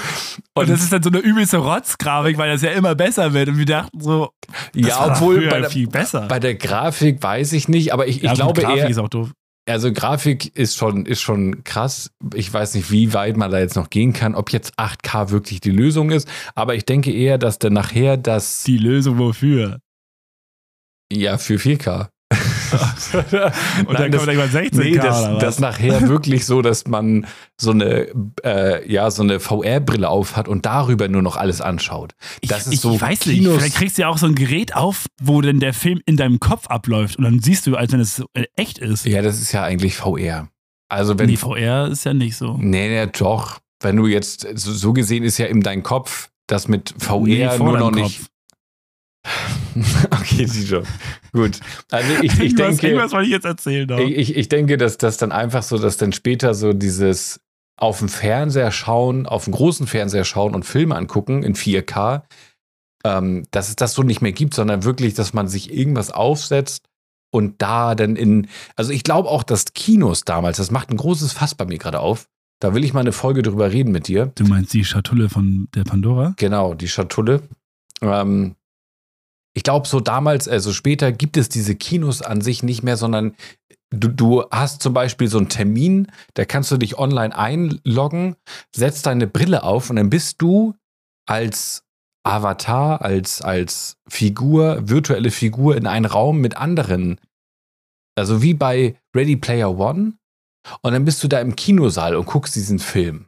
S1: Und das ist dann so eine übelste Rotzgrafik, weil das ja immer besser wird. Und wir dachten so, das
S2: ja,
S1: war doch
S2: obwohl
S1: früher
S2: bei der,
S1: viel besser.
S2: bei der Grafik weiß ich nicht, aber ich, ich
S1: Ja, gut,
S2: glaube
S1: Grafik
S2: eher,
S1: ist auch doof.
S2: also Grafik ist schon, ist schon krass. Ich weiß nicht, wie weit man da jetzt noch gehen kann, ob jetzt 8K wirklich die Lösung ist, aber ich denke eher, dass dann nachher das,
S1: Die Lösung wofür?
S2: ja, für 4K.
S1: Und dann kommt irgendwann 16K
S2: Nee,
S1: oder
S2: das,
S1: was?
S2: das nachher wirklich so, dass man so eine, äh, ja, so eine VR-Brille aufhat und darüber nur noch alles anschaut. Das ist
S1: ich,
S2: so
S1: ich weiß
S2: Kinos-
S1: nicht, vielleicht kriegst du ja auch so ein Gerät auf, wo denn der Film in deinem Kopf abläuft und dann siehst du, als wenn es so, äh, echt ist.
S2: Ja, das ist ja eigentlich VR. Also wenn,
S1: Nee,
S2: nee,
S1: VR ist ja nicht so.
S2: nee, doch. Wenn du jetzt, so, so gesehen ist ja in deinem Kopf das mit VR
S1: Nee, vor
S2: nur
S1: deinem
S2: noch
S1: Kopf.
S2: nicht. okay, sieh schon. Gut. Also ich, ich
S1: Irgendwas-
S2: denke,
S1: Irgendwas, was ich jetzt erzählen darf.
S2: ich, ich, ich denke, dass das dann einfach so, dass dann später so dieses auf dem Fernseher schauen, auf dem großen Fernseher schauen und Filme angucken in 4K, ähm, dass es das so nicht mehr gibt, sondern wirklich, dass man sich irgendwas aufsetzt und da dann in, also ich glaube auch, dass Kinos damals, das macht ein großes Fass bei mir gerade auf, da will ich mal eine Folge drüber reden mit dir.
S1: du meinst die Schatulle von der Pandora?
S2: Genau, die Schatulle. Ähm, ich glaube, so damals, also später, gibt es diese Kinos an sich nicht mehr, sondern du, du hast zum Beispiel so einen Termin, da kannst du dich online einloggen, setzt deine Brille auf und dann bist du als Avatar, als, als Figur, virtuelle Figur in einen Raum mit anderen. Also wie bei Ready Player One. Und dann bist du da im Kinosaal und guckst diesen Film.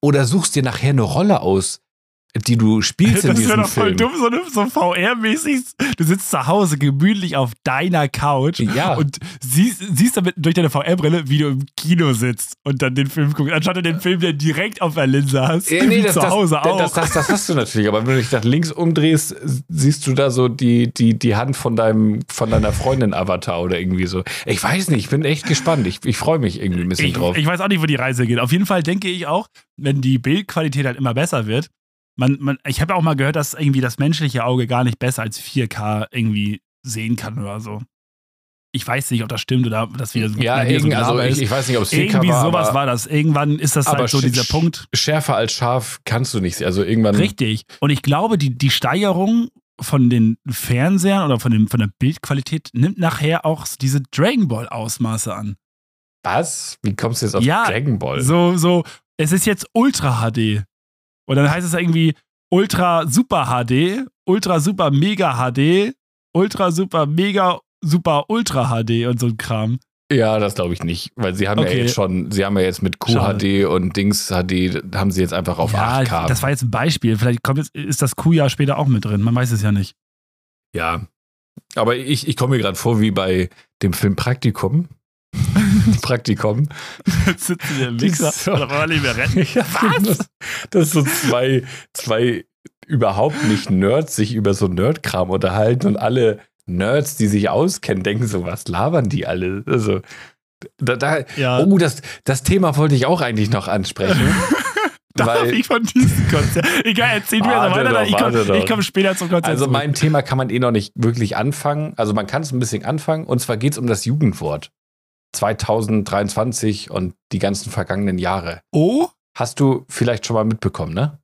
S2: Oder suchst dir nachher eine Rolle aus, die du spielst
S1: das wäre
S2: in diesem
S1: doch voll
S2: Film.
S1: dumm, so, so VR-mäßig. Du sitzt zu Hause gemütlich auf deiner Couch
S2: Ja.
S1: und siehst, siehst damit durch deine VR-Brille, wie du im Kino sitzt und dann den Film guckst, anstatt den Film, der direkt auf der Linse hast,
S2: Ja,
S1: wie
S2: das,
S1: zu Hause
S2: das,
S1: auch.
S2: Das, das, das hast du natürlich, aber wenn du dich nach links umdrehst, siehst du da so die, die, die Hand von, deinem, von deiner Freundin Avatar oder irgendwie so. Ich weiß nicht, ich bin echt gespannt. Ich, ich freue mich irgendwie ein bisschen
S1: ich,
S2: drauf.
S1: ich weiß auch nicht, wo die Reise geht. Auf jeden Fall denke ich auch, wenn die Bildqualität halt immer besser wird, man, man, ich habe auch mal gehört, dass irgendwie das menschliche Auge gar nicht besser als 4K irgendwie sehen kann oder so. Ich weiß nicht, ob das stimmt oder ob das wieder so
S2: ja,
S1: wieder so
S2: irgend, also
S1: Gelaber
S2: ich,
S1: ist.
S2: ich weiß nicht, ob es 4K
S1: Irgendwie
S2: war,
S1: sowas
S2: aber
S1: war das. Irgendwann ist das
S2: Aber
S1: halt so
S2: sch-
S1: dieser
S2: sch-
S1: Punkt.
S2: schärfer als scharf kannst du nicht. Also irgendwann.
S1: Richtig. Und ich glaube, die, die Steigerung von den Fernsehern oder von, dem, von der Bildqualität nimmt nachher auch diese Dragon Ball Ausmaße an.
S2: Was? Wie kommst du jetzt auf
S1: Ja,
S2: Dragon Ball?
S1: So, so, es ist jetzt Ultra HD. Und dann heißt es irgendwie Ultra Super HD, Ultra Super Mega HD, Ultra Super Mega Super Ultra HD und so ein Kram.
S2: Ja, das glaube ich nicht, weil sie haben
S1: Okay.
S2: ja jetzt schon, sie haben ja jetzt mit QHD
S1: Schade.
S2: und Dings HD, haben sie jetzt einfach auf
S1: ja,
S2: 8K.
S1: das war jetzt ein Beispiel. Vielleicht kommt jetzt, ist das Q-Jahr später auch mit drin. Man weiß es ja nicht.
S2: Ja. Aber ich, ich komme mir gerade vor wie bei dem Film Praktikum. Praktikum.
S1: Jetzt sitzen wir im Mixer.
S2: So.
S1: Da wollen wir nicht mehr retten.
S2: Was? Das, das so zwei, zwei überhaupt nicht Nerds sich über so Nerdkram unterhalten und alle Nerds, die sich auskennen, denken so, was labern die alle? Also, da, da,
S1: Ja.
S2: oh, das, das Thema wollte ich auch eigentlich noch ansprechen.
S1: Darf
S2: weil-
S1: ich von diesem Konzert? Egal, erzähl du erst mal
S2: Warte
S1: weiter,
S2: doch,
S1: ich komme
S2: warte doch.
S1: ich komm später zum Konzert.
S2: Also
S1: zurück.
S2: mein Thema kann man eh noch nicht wirklich anfangen. Also man kann es ein bisschen anfangen. Und zwar geht es um das Jugendwort 2023 und die ganzen vergangenen Jahre.
S1: oh,
S2: Hast du vielleicht schon mal mitbekommen, ne?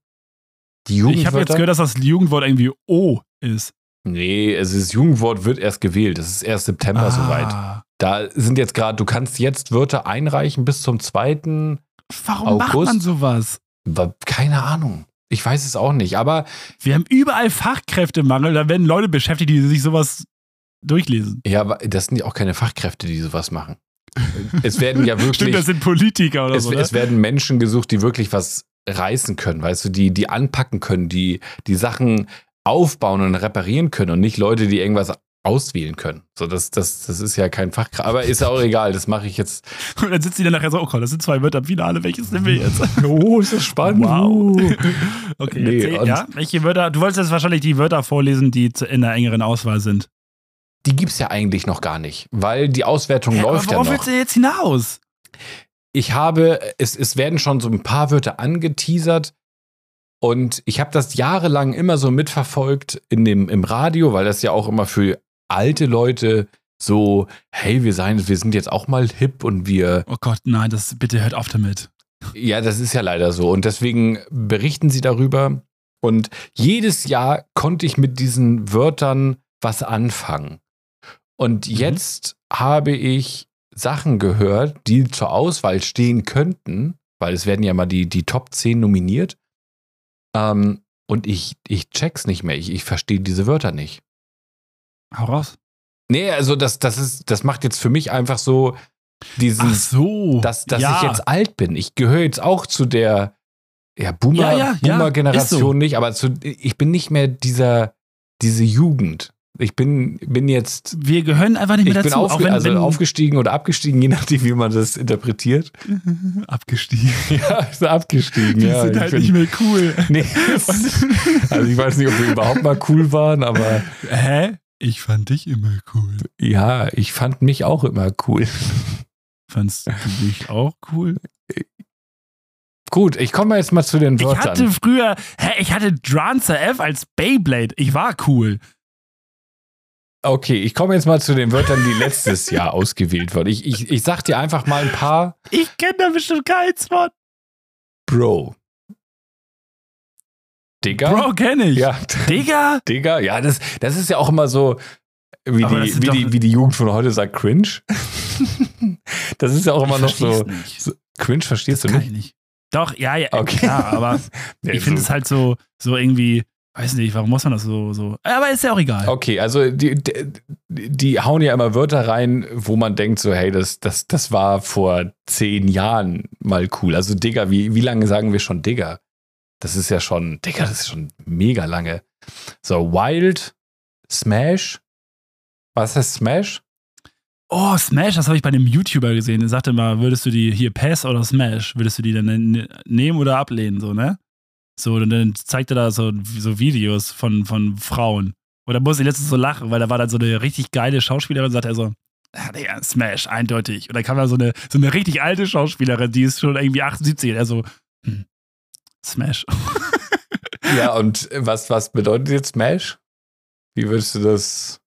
S2: Die
S1: ich habe jetzt
S2: Jugendwörter?
S1: gehört, dass das Jugendwort irgendwie O ist.
S2: nee, also das Jugendwort wird erst gewählt. Es ist erst September soweit.
S1: Ah.
S2: Da sind jetzt gerade, du kannst jetzt Wörter einreichen bis zum zweiten.
S1: Warum macht
S2: August?
S1: man sowas?
S2: aber Keine Ahnung. Ich weiß es auch nicht. Aber
S1: Wir haben überall Fachkräftemangel, da werden Leute beschäftigt, die sich sowas durchlesen.
S2: ja, aber das sind ja auch keine Fachkräfte, die sowas machen. Es werden ja wirklich.
S1: Stimmt, das sind Politiker oder
S2: es,
S1: so. ne?
S2: es werden Menschen gesucht, die wirklich was reißen können, weißt du, die, die anpacken können, die, die Sachen aufbauen und reparieren können und nicht Leute, die irgendwas auswählen können. So, das, das, das ist ja kein Fachkraft. Aber ist auch egal, das mache ich jetzt.
S1: Und dann sitzen die dann nachher so, oh Gott, das sind zwei Wörter im Finale, welches nehmen wir jetzt?
S2: Oh, ist das spannend.
S1: Wow. Okay,
S2: Nee,
S1: erzähl,
S2: und-
S1: ja, welche Wörter, du wolltest jetzt wahrscheinlich die Wörter vorlesen, die zu- in der engeren Auswahl sind.
S2: Die gibt es ja eigentlich noch gar nicht, weil die Auswertung
S1: Hä, aber
S2: Oh, läuft ja
S1: worauf
S2: noch.
S1: willst du jetzt hinaus?
S2: ich habe, es, es werden schon so ein paar Wörter angeteasert und ich habe das jahrelang immer so mitverfolgt in dem, im Radio, weil das ja auch immer für alte Leute so, hey, wir, seien, wir sind jetzt auch mal hip und wir,
S1: Oh Gott, nein, das bitte hört auf damit.
S2: ja, das ist ja leider so und deswegen berichten sie darüber und jedes Jahr konnte ich mit diesen Wörtern was anfangen. Und jetzt habe ich Sachen gehört, die zur Auswahl stehen könnten, weil es werden ja mal die, die Top 10 nominiert. Ähm, und ich, ich check's nicht mehr. Ich, ich verstehe diese Wörter nicht.
S1: Hau raus.
S2: Nee, also das, das ist, das macht jetzt für mich einfach so diesen,
S1: Ach so.
S2: Hm. dass, dass
S1: Oh, ja.
S2: ich jetzt alt bin. Ich gehöre jetzt auch zu der ja,
S1: Ja,
S2: Boomer,
S1: ja, ja,
S2: Boomer Generation
S1: ist so.
S2: nicht, aber zu, ich bin nicht mehr dieser diese Jugend. Ich bin, bin jetzt
S1: Wir gehören einfach nicht
S2: Ich
S1: mehr
S2: bin
S1: dazu.
S2: aufge
S1: auch wenn,
S2: also
S1: wenn
S2: aufgestiegen oder abgestiegen, je nachdem, wie man das interpretiert.
S1: abgestiegen.
S2: Ja, ist abgestiegen.
S1: Die
S2: ja,
S1: sind
S2: ich
S1: halt
S2: bin-
S1: nicht mehr cool.
S2: Nee, es- also ich weiß nicht, ob wir überhaupt mal cool waren, aber
S1: Hä? Ich fand dich immer cool.
S2: ja, ich fand mich auch immer cool.
S1: Fandst du dich auch cool?
S2: Gut, ich komme jetzt mal zu den
S1: Ich
S2: Wörtern.
S1: hatte früher, hä, ich hatte Dranzer F als Beyblade. Ich war cool.
S2: okay, ich komme jetzt mal zu den Wörtern, die letztes Jahr ausgewählt wurden. Ich, ich, ich sag dir einfach mal ein paar.
S1: Ich kenne da bestimmt keins von.
S2: Bro. Digga?
S1: Bro, kenne ich.
S2: Ja,
S1: Digga?
S2: Digga. Ja, das, das ist ja auch immer so, wie
S1: Aber das
S2: die,
S1: sind
S2: wie,
S1: doch-
S2: die, wie die Jugend von heute sagt, cringe. das ist ja auch immer
S1: Ich
S2: noch
S1: versteh's
S2: so.
S1: nicht.
S2: so- Cringe verstehst du
S1: Kann ich
S2: nicht?
S1: nicht. Doch, ja, ja,
S2: Okay.
S1: klar, aber
S2: Ja,
S1: ich finde
S2: so-
S1: es halt so, so irgendwie, weiß nicht, warum muss man das so, so. Aber ist ja auch egal.
S2: Okay, also die, die, die hauen ja immer Wörter rein, wo man denkt so, hey, das, das, das war vor zehn Jahren mal cool. Also Digga, wie, wie lange sagen wir schon Digga? Das ist ja schon, Digga, das ist schon mega lange. So, Wild, Smash. Was heißt Smash?
S1: Oh, Smash, das habe ich bei einem YouTuber gesehen. Der sagte mal, würdest du die hier Pass oder Smash, würdest du die dann ne- nehmen oder ablehnen, so, ne? So, und dann zeigt er da so, so Videos von, von Frauen. Und da musste ich letztens so lachen, weil da war dann so eine richtig geile Schauspielerin, sagt er so, ah, Digga, Smash, eindeutig. Und dann kam da so eine, so eine richtig alte Schauspielerin, die ist schon irgendwie 78, und er so, hm, Smash.
S2: Ja, und was, was bedeutet jetzt Smash? Wie würdest du das?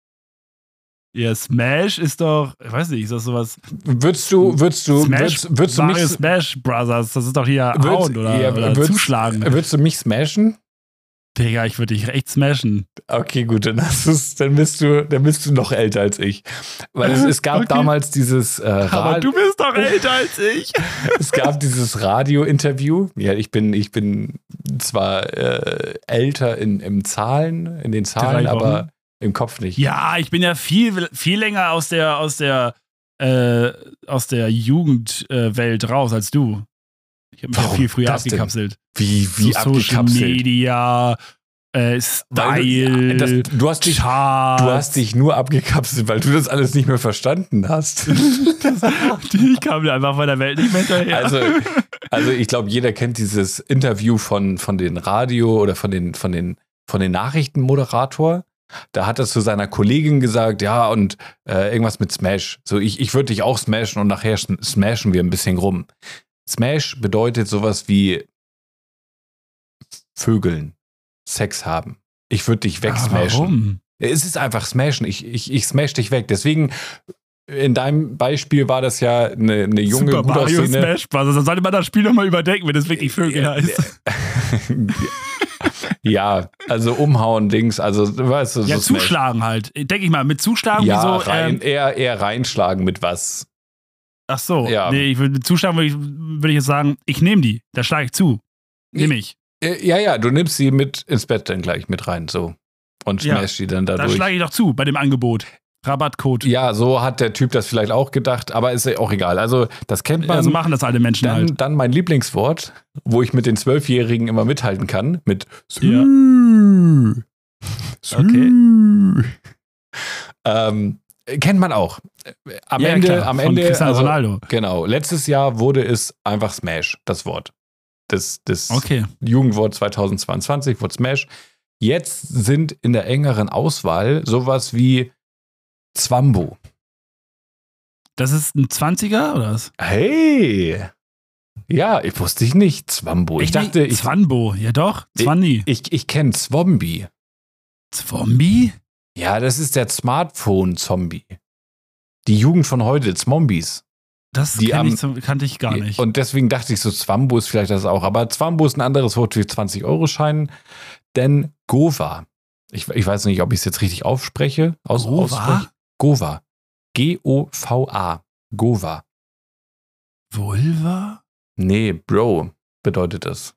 S1: Ja, Smash ist doch, ich weiß nicht, ist das sowas?
S2: Würdest du, würdest du,
S1: Smash,
S2: würdest, würdest du
S1: Mario
S2: mich,
S1: Smash Brothers, das ist doch hier
S2: Würdest-
S1: hauen oder,
S2: ja,
S1: oder
S2: würdest-
S1: zuschlagen.
S2: würdest du mich smashen?
S1: Digga, ich würde dich echt smashen.
S2: Okay, gut, dann, hast du's, dann, bist du, dann bist du noch älter als ich. Weil es, es gab
S1: Okay.
S2: damals dieses, äh,
S1: Aber
S2: Rad
S1: du bist doch älter als ich.
S2: es gab dieses Radio-Interview. Ja, ich bin, ich bin zwar äh, älter in, im Zahlen, in den Zahlen,
S1: Drei Wochen.
S2: aber im Kopf nicht.
S1: Ja, ich bin ja viel, viel länger aus der, aus der, äh, aus der Jugendwelt raus als du. Ich habe mich ja
S2: Warum
S1: viel früher
S2: das denn?
S1: abgekapselt.
S2: Wie, wie
S1: so Social
S2: abgekapselt.
S1: Media, äh,
S2: Weil du,
S1: Style,
S2: ja, das, du, hast dich,
S1: Charts.
S2: du hast dich nur abgekapselt, weil du das alles nicht mehr verstanden hast.
S1: Die kamen einfach von der Welt nicht mehr hinterher.
S2: Also, also ich glaube, jeder kennt dieses Interview von, von den Radio oder von den, von den, von den Nachrichtenmoderator. Da hat er zu seiner Kollegin gesagt, ja, und äh, irgendwas mit Smash. So, ich, ich würde dich auch smashen und nachher sm- smashen wir ein bisschen rum. Smash bedeutet sowas wie Vögeln, Sex haben. Ich würde dich
S1: Aber
S2: wegsmashen.
S1: Ah, warum?
S2: Es ist einfach smashen. Ich, ich, ich smash dich weg. Deswegen, in deinem Beispiel war das ja eine, eine junge,
S1: Super
S2: gut
S1: Mario
S2: aussehende.
S1: Smash Bros. Also sollte man das Spiel nochmal überdenken, wenn es
S2: Äh,
S1: wirklich Vögel
S2: Ja,
S1: heißt.
S2: ja, also umhauen, Dings, also weißt du,
S1: Ja,
S2: so Smash.
S1: zuschlagen halt. Denke ich mal, mit zuschlagen
S2: Ja,
S1: wie so.
S2: rein,
S1: Ähm,
S2: eher, eher reinschlagen mit was.
S1: ach so.
S2: Ja.
S1: Nee, ich würde mit zuschlagen würde ich, würd ich jetzt sagen, ich nehme die. Da schlage ich zu. Nehme ich.
S2: Äh, Ja, ja, du nimmst sie mit ins Bett dann gleich mit rein, so. Und
S1: Ja,
S2: smash die dann
S1: Da
S2: dadurch.
S1: schlage ich doch zu bei dem Angebot. Rabattcode.
S2: ja, so hat der Typ das vielleicht auch gedacht, aber ist ja auch egal. Also, das kennt man.
S1: also machen das alle Menschen
S2: dann,
S1: halt.
S2: dann mein Lieblingswort, wo ich mit den Zwölfjährigen immer mithalten kann, mit
S1: Ja.
S2: Sü. Sü.
S1: Okay.
S2: Ähm, kennt man auch. Am
S1: ja,
S2: Ende,
S1: klar,
S2: am
S1: von
S2: Ende,
S1: Cristiano
S2: also-
S1: Ronaldo.
S2: Genau. Letztes Jahr wurde es einfach Smash, das Wort. Das, das
S1: Okay.
S2: Jugendwort 2022 wurde Smash. Jetzt sind in der engeren Auswahl sowas wie Zwambo.
S1: Das ist ein 20er oder was?
S2: Hey! Ja, ich wusste ich nicht, Zwambo. Oh, Ich dachte, ich,
S1: Zwanbo. Ja doch.
S2: Ich-
S1: Zwanni.
S2: ich, ich kenne Zwombi.
S1: Zombie?
S2: Ja, das ist der Smartphone-Zombie. Die Jugend von heute, Zombies.
S1: Das
S2: Die
S1: kenn
S2: am-
S1: ich, zum- kannte ich gar nicht.
S2: Und deswegen dachte ich so, Zwambo ist vielleicht das auch. Aber Zwambo ist ein anderes Wort für 20-Euro-Scheinen. Denn Gova. Ich, ich weiß nicht, ob ich es jetzt richtig aufspreche. Aus,
S1: Gova?
S2: ausspreche. Gova. G-O-V-A. Gova.
S1: Vulva?
S2: Nee, Bro bedeutet das.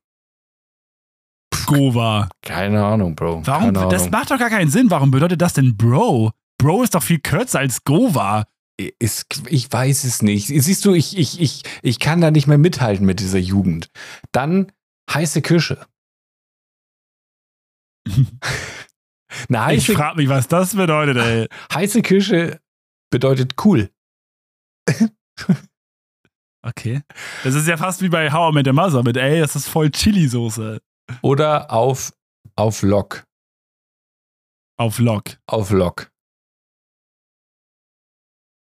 S1: Gova.
S2: Keine Ahnung, Bro.
S1: Warum?
S2: Keine
S1: Das
S2: Ahnung.
S1: macht doch gar keinen Sinn. Warum bedeutet das denn Bro? Bro ist doch viel kürzer als Gova.
S2: ist, ich weiß es nicht. Siehst du, ich, ich, ich, ich kann da nicht mehr mithalten mit dieser Jugend. Dann heiße Kirsche. Eine
S1: Ich
S2: heiße,
S1: frage mich, was das bedeutet, ey.
S2: heiße Kirsche bedeutet cool.
S1: Okay. Das ist ja fast wie bei How I Met Your Mother mit, ey, das ist voll Chili-Soße
S2: Oder auf, auf Lock.
S1: auf Lock.
S2: Auf Lock.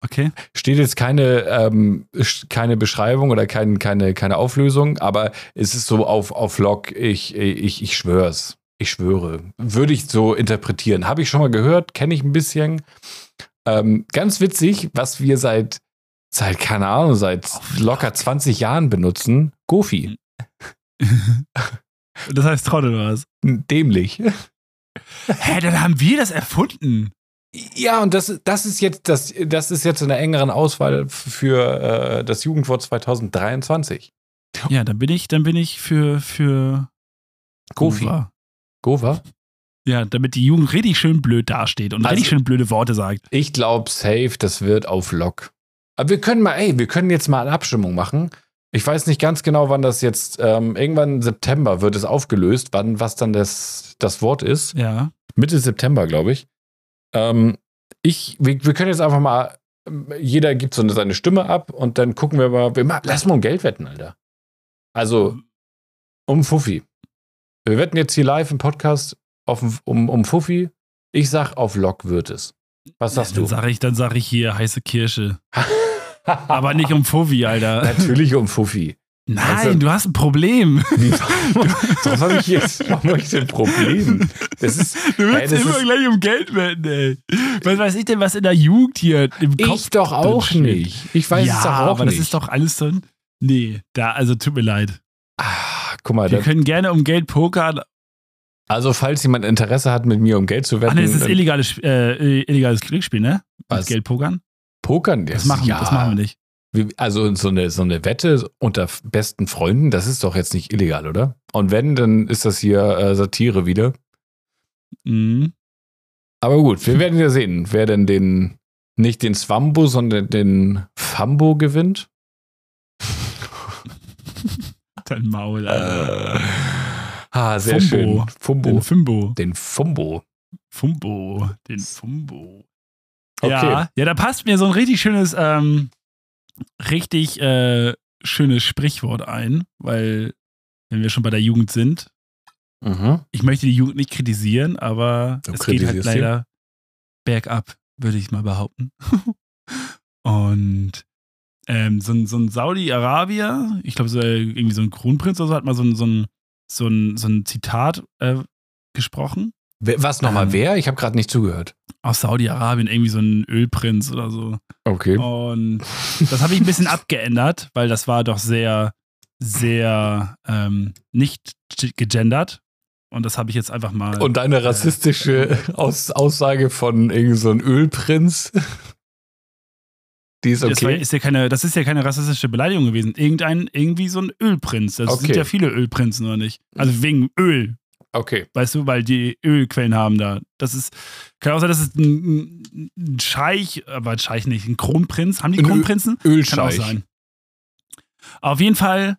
S1: Okay.
S2: Steht jetzt keine, ähm, sch- keine Beschreibung oder kein, keine, keine Auflösung, aber es ist so auf, auf Lock, ich, ich, ich schwör's. Ich schwöre. Würde ich so interpretieren. Habe ich schon mal gehört, kenne ich ein bisschen. Ähm, ganz witzig, was wir seit, seit, keine Ahnung, seit
S1: Auf
S2: locker 20 Jahren benutzen. Goofy.
S1: Das heißt Trottel oder was?
S2: Dämlich.
S1: Hä, dann haben wir das erfunden.
S2: Ja, und das, das ist jetzt, das, das ist jetzt in der engeren Auswahl f- für äh, das Jugendwort 2023.
S1: Ja, dann bin ich, dann bin ich für, für
S2: Goofy.
S1: Uwe.
S2: Gova?
S1: Ja, damit die Jugend richtig schön blöd dasteht und
S2: Also-
S1: richtig schön blöde Worte sagt.
S2: Ich glaube, safe, das wird auf Lock. Aber wir können mal, ey, wir können jetzt mal eine Abstimmung machen. Ich weiß nicht ganz genau, wann das jetzt, ähm, irgendwann im September wird es aufgelöst, wann, was dann das, das Wort ist.
S1: Ja.
S2: Mitte September, glaube ich. Ähm, ich, wir, wir können jetzt einfach mal, ähm, jeder gibt so eine, seine Stimme ab und dann gucken wir mal, wir ma- lass mal um Geld wetten, Alter. Also, um Fuffi. Wir wetten jetzt hier live im Podcast auf, den- um, um Fuffi. Ich sag, auf Lock wird es. Was sagst
S1: dann
S2: du?
S1: Sag ich, dann sag ich hier heiße Kirsche. Aber nicht um Fovi, Alter.
S2: Natürlich um Fuffi. Also-
S1: Nein, du hast ein Problem.
S2: Wie, was habe ich jetzt? Warum habe ich denn ein Problem? Das ist,
S1: Du willst
S2: das
S1: immer
S2: ist-
S1: gleich um Geld wetten, ey. Was weiß ich denn, was in der Jugend hier im Kopf
S2: ich doch auch
S1: drin steht?
S2: nicht. Ich weiß
S1: ja,
S2: es doch auch
S1: aber
S2: nicht.
S1: das ist doch alles so ein. Nee, da, also tut mir leid.
S2: ah, guck mal,
S1: Wir
S2: da,
S1: können gerne um Geld pokern.
S2: Also, falls jemand Interesse hat, mit mir um Geld zu
S1: Ach
S2: wetten,
S1: Ah, nee, es ist
S2: dann
S1: illegales, Sp- äh, illegales Glücksspiel, ne? Mit
S2: Was?
S1: Geld pokern.
S2: pokern wir.
S1: Das, machen, wir-
S2: ja.
S1: das machen wir nicht.
S2: wir. Also, so eine, so eine Wette unter f- besten Freunden, das ist doch jetzt nicht illegal, oder? Und wenn, dann ist das hier äh, Satire wieder.
S1: Mhm.
S2: Aber gut, wir werden ja sehen, wer denn den, nicht den Swambo, sondern den Fambo gewinnt.
S1: Dein Maul,
S2: Äh,
S1: Alter.
S2: ah, sehr
S1: Äh. Fumbo. Den
S2: schön. Fumbo.
S1: Fimbo.
S2: Den Fumbo.
S1: Fumbo. Den Fumbo.
S2: Okay.
S1: Ja, ja, da passt mir so ein richtig schönes, ähm, richtig äh, schönes Sprichwort ein, weil, wenn wir schon bei der Jugend sind,
S2: Mhm.
S1: ich möchte die Jugend nicht kritisieren, aber es geht
S2: Du
S1: halt
S2: kritisierst sie?
S1: leider bergab, würde ich mal behaupten. Und ähm, so ein, so ein Saudi-Arabier, ich glaube, so, äh, irgendwie so ein Kronprinz oder so, hat mal so ein, so ein, so ein, so ein Zitat äh, gesprochen
S2: Wer- Was nochmal,
S1: Ähm.
S2: wer? Ich habe gerade nicht zugehört.
S1: aus Saudi-Arabien, irgendwie so ein Ölprinz oder so.
S2: Okay.
S1: Und Oh, das habe ich ein bisschen abgeändert, weil das war doch sehr, sehr ähm, nicht ge- gegendert. Und das habe ich jetzt einfach mal.
S2: Und deine rassistische Aus Aussage von irgendeinem so einem Ölprinz, die ist
S1: Das, war,
S2: okay.
S1: ist ja keine, das ist ja keine rassistische Beleidigung gewesen. Irgendein, irgendwie so ein Ölprinz. Das
S2: Okay.
S1: sind ja viele Ölprinzen, oder nicht? Also wegen Öl,
S2: Okay.
S1: weißt du, weil die Ölquellen haben da. Das ist, kann auch sein, das ist ein, ein- ein Scheich, aber ein Scheich nicht, ein Kronprinz. Haben die
S2: Ein Öl-
S1: Kronprinzen? Kann auch
S2: Ölscheich.
S1: sein. Auf jeden Fall